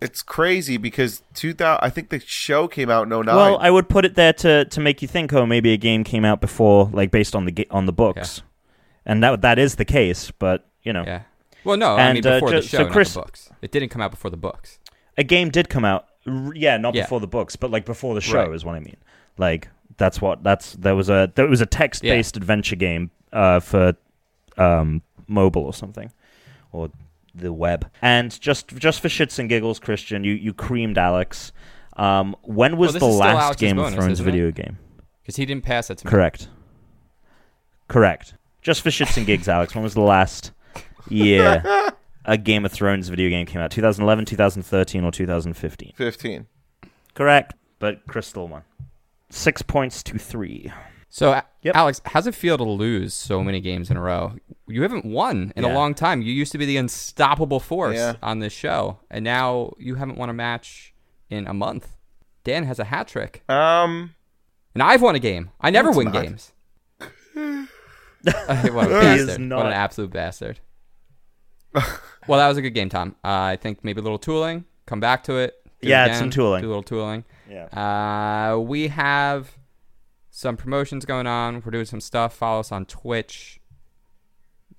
B: It's crazy because 2000. I think the show came out in 09.
C: Well, I would put it there to, to make you think. Oh, maybe a game came out before, like based on the ga- on the books, and that that is the case. But you know,
A: Yeah. Well, no, I
C: And,
A: mean
C: uh,
A: before the
C: ju-
A: show,
C: so
A: not
C: Chris-
A: the books. It didn't come out before the books.
C: a game did come out. r- Yeah, not
A: Yeah.
C: before the books, but like before the show
A: Right.
C: is what I mean. Like that's what that's there was a there was a text based adventure game uh, for um, mobile or something, or the web. And just just for shits and giggles, Christian, you you creamed Alex. Um, when was
A: this
C: the
A: is still
C: last
A: Alex's
C: Game
A: bonus,
C: of Thrones
A: isn't it?
C: video game?
A: because he didn't pass it to me.
C: Correct. Correct. Just for shits and gigs, Alex. When was the last year a Game of Thrones video game came out? 2011, 2013, or 2015?
B: 15.
C: Correct. But Crystal won. Six points to three.
A: So, A-
C: Yep.
A: Alex, how's it feel to lose so many games in a row? You haven't won in a
C: Yeah.
A: long time. You used to be the unstoppable force
B: Yeah.
A: on this show, and now you haven't won a match in a month. Dan has a hat trick,
B: Um,
A: and I've won a game. I never win
B: not.
A: games. what a
C: is
A: bastard! What
C: not.
A: an absolute bastard! well, that was a good game, Tom. Uh, I think maybe a little tooling. Come back to it. Do it
C: Yeah, add some
A: again,
C: tooling.
A: Do a little tooling.
C: Yeah.
A: Uh, we have some promotions going on. We're doing some stuff. Follow us on Twitch.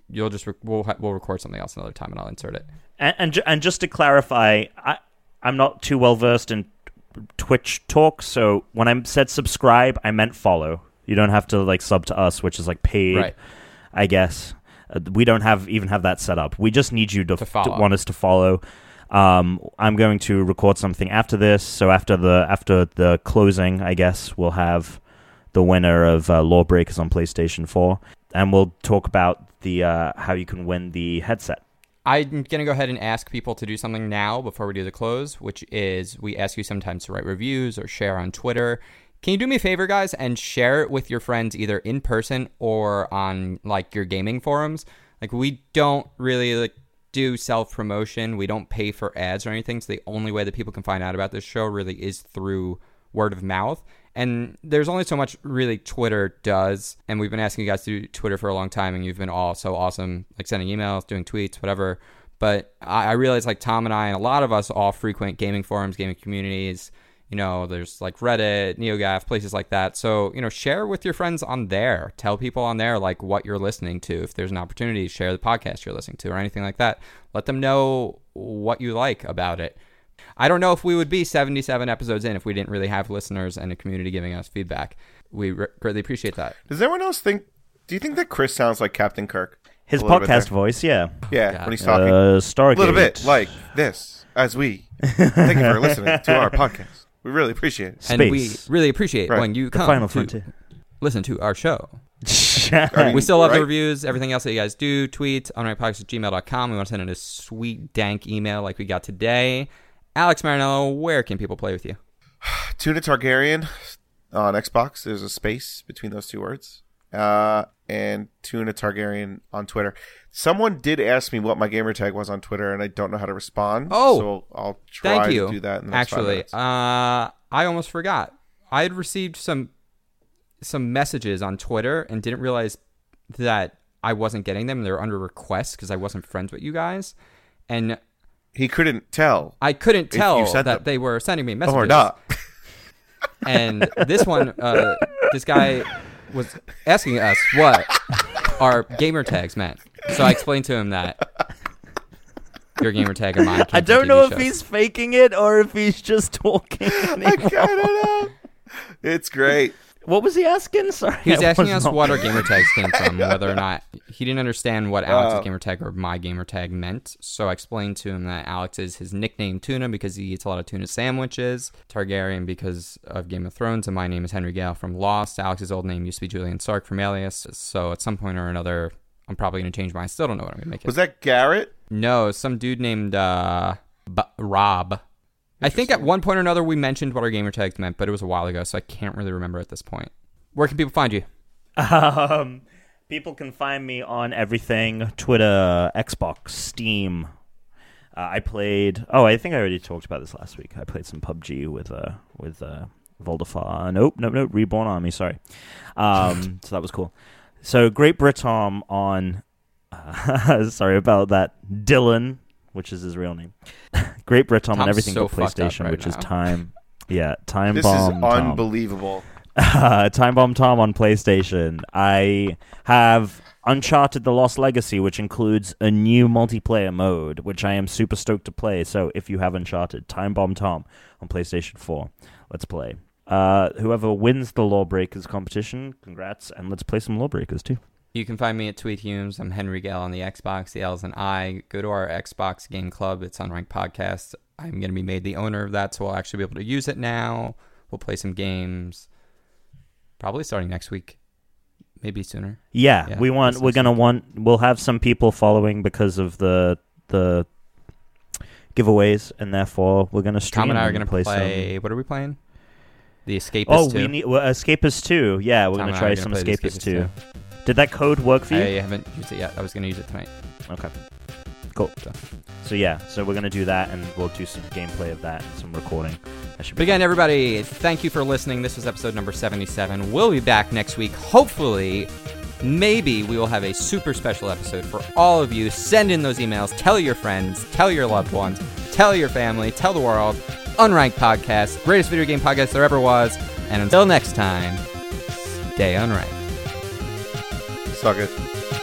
A: You'll just rec we'll ha- we'll record something else another time, and I'll insert it.
C: And and, ju- and just to clarify, I I'm not too well versed in Twitch talk, so when I said subscribe, I meant follow. You don't have to like sub to us, which is like paid,
A: Right.
C: I guess. Uh, we don't have even have that set up. We just need you to,
A: To follow.
C: want us to follow. Um, I'm going to record something after this, so after the after the closing, I guess we'll have the winner of uh, Lawbreakers on PlayStation 4, and we'll talk about the uh, how you can win the headset.
A: I'm gonna go ahead and ask people to do something now before we do the close, which is we ask you sometimes to write reviews or share on Twitter. Can you do me a favor, guys, and share it with your friends either in person or on like your gaming forums? Like we don't really like do self promotion. We don't pay for ads or anything. So the only way that people can find out about this show really is through word of mouth. And there's only so much really Twitter does. And we've been asking you guys to do Twitter for a long time, and you've been all so awesome, like sending emails, doing tweets, whatever. But I, I realize like Tom and I and a lot of us all frequent gaming forums, gaming communities. You know, there's like Reddit, NeoGAF, places like that. So, you know, share with your friends on there. Tell people on there like what you're listening to. If there's an opportunity, share the podcast you're listening to or anything like that. Let them know what you like about it. I don't know if we would be 77 episodes in if we didn't really have listeners and a community giving us feedback. We re- greatly appreciate that.
B: does anyone else think? Do you think that Chris sounds like Captain Kirk?
C: His
B: A little bit
C: podcast voice, yeah.
B: there. Yeah, when he's talking.
C: Uh,
B: a
C: Stargate.
B: little bit like this as we thank you for listening to our podcast. We really appreciate it.
C: Space.
A: And we really appreciate
B: Right.
A: when you
C: the
A: come
C: final
A: to
C: frontier.
A: listen to our show.
B: I mean,
A: We still love
B: right?
A: the reviews, everything else that you guys do. Tweets, unrightpodcast at gmail.com. We want to send in a sweet, dank email like we got today. Alex Marinello, where can people play with you?
B: Tuna Targaryen on Xbox. There's a space between those two words. Uh, and Tuna Targaryen on Twitter. Someone did ask me what my gamer tag was on Twitter, and I don't know how to respond.
A: Oh,
B: so I'll try
A: Thank you.
B: to do that. In the next five
A: Actually,
B: minutes.
A: uh, I almost forgot. I had received some some messages on Twitter and didn't realize that I wasn't getting them. They were under request because I wasn't friends with you guys, and
B: he couldn't tell
A: I couldn't
B: you
A: tell that
B: sent them. Oh,
A: they were sending me messages
B: or not.
A: and this one, uh, this guy was asking us what our gamer tags meant. So I explained to him that your gamer tag and mine. came
C: I
A: from
C: don't
A: TV
C: know if
A: shows.
C: he's faking it or if he's just talking.
B: I don't know. It's great.
C: what was he asking? Sorry,
A: He was
C: I
A: asking
C: was
A: us
C: not-
A: what our gamer tags came from, whether or not he didn't understand what Alex's
C: Oh.
A: gamer tag or my gamer tag meant. So I explained to him that Alex is his nickname Tuna because he eats a lot of tuna sandwiches, Targaryen because of Game of Thrones, and my name is Henry Gale from Lost. Alex's old name used to be Julian Sark from Alias. So at some point or another, I'm probably going to change mine. I still don't know what I'm going to make it.
B: Was that Garrett?
A: No, some dude named uh, B- Rob. I think at one point or another we mentioned what our gamer tags meant, but it was a while ago, so I can't really remember at this point. Where can people find you?
C: Um, people can find me on everything: Twitter, Xbox, Steam. Uh, I played. Oh, I think I already talked about this last week. I played some PUBG with uh with uh Voldafar. Nope, nope, nope. Reborn Army. Sorry. Um, so that was cool. So Great Britom on. Uh, sorry about that, Dylan, which is his real name. Great Britom on
A: Tom's
C: everything
A: so
C: but
A: fucked up
C: PlayStation,
A: right
C: which is
A: now.
C: time. Yeah, time
B: This
C: bomb.
B: is
C: Tom.
B: unbelievable.
C: Uh, Time Bomb Tom on PlayStation. I have Uncharted The Lost Legacy, which includes a new multiplayer mode, which I am super stoked to play. So if you have Uncharted, Time Bomb Tom on PlayStation 4, let's play. Uh, whoever wins the Lawbreakers competition, congrats, and let's play some Lawbreakers too.
A: You can find me at Tweet Humes. I'm Henry Gale on the Xbox, the L's and I. Go to our Xbox Game Club. It's Unranked Podcast. I'm going to be made the owner of that, so I'll actually be able to use it now. We'll play some games, probably starting next week, maybe sooner.
C: Yeah,
A: Yeah,
C: we want.
A: that's
C: We're gonna want. We'll have some people following because of the the giveaways, and therefore we're gonna stream.
A: Tom and I are
C: going to
A: play.
C: some-
A: What are we playing? The Escapist.
C: Oh,
A: 2.
C: we need well, Escapist Two. Yeah, we're
A: Tom
C: going
A: and
C: to
A: I
C: try
A: are
C: some
A: gonna play The
C: Escapist
A: Escapist
C: Two. Did that code work for
A: I
C: you?
A: haven't used it yet. I was going to use it tonight.
C: Okay. Cool. So yeah, so we're gonna do that, and we'll do some gameplay of that and some recording. That should
A: But
C: be.
A: again, everybody, thank you for listening. This was episode number 77. We'll be back next week. Hopefully, maybe we will have a super special episode for all of you. Send in those emails. Tell your friends. Tell your loved ones. Tell your family. Tell the world. Unranked podcast, greatest video game podcast there ever was. And until next time, stay unranked.
B: Suck it.
C: fun.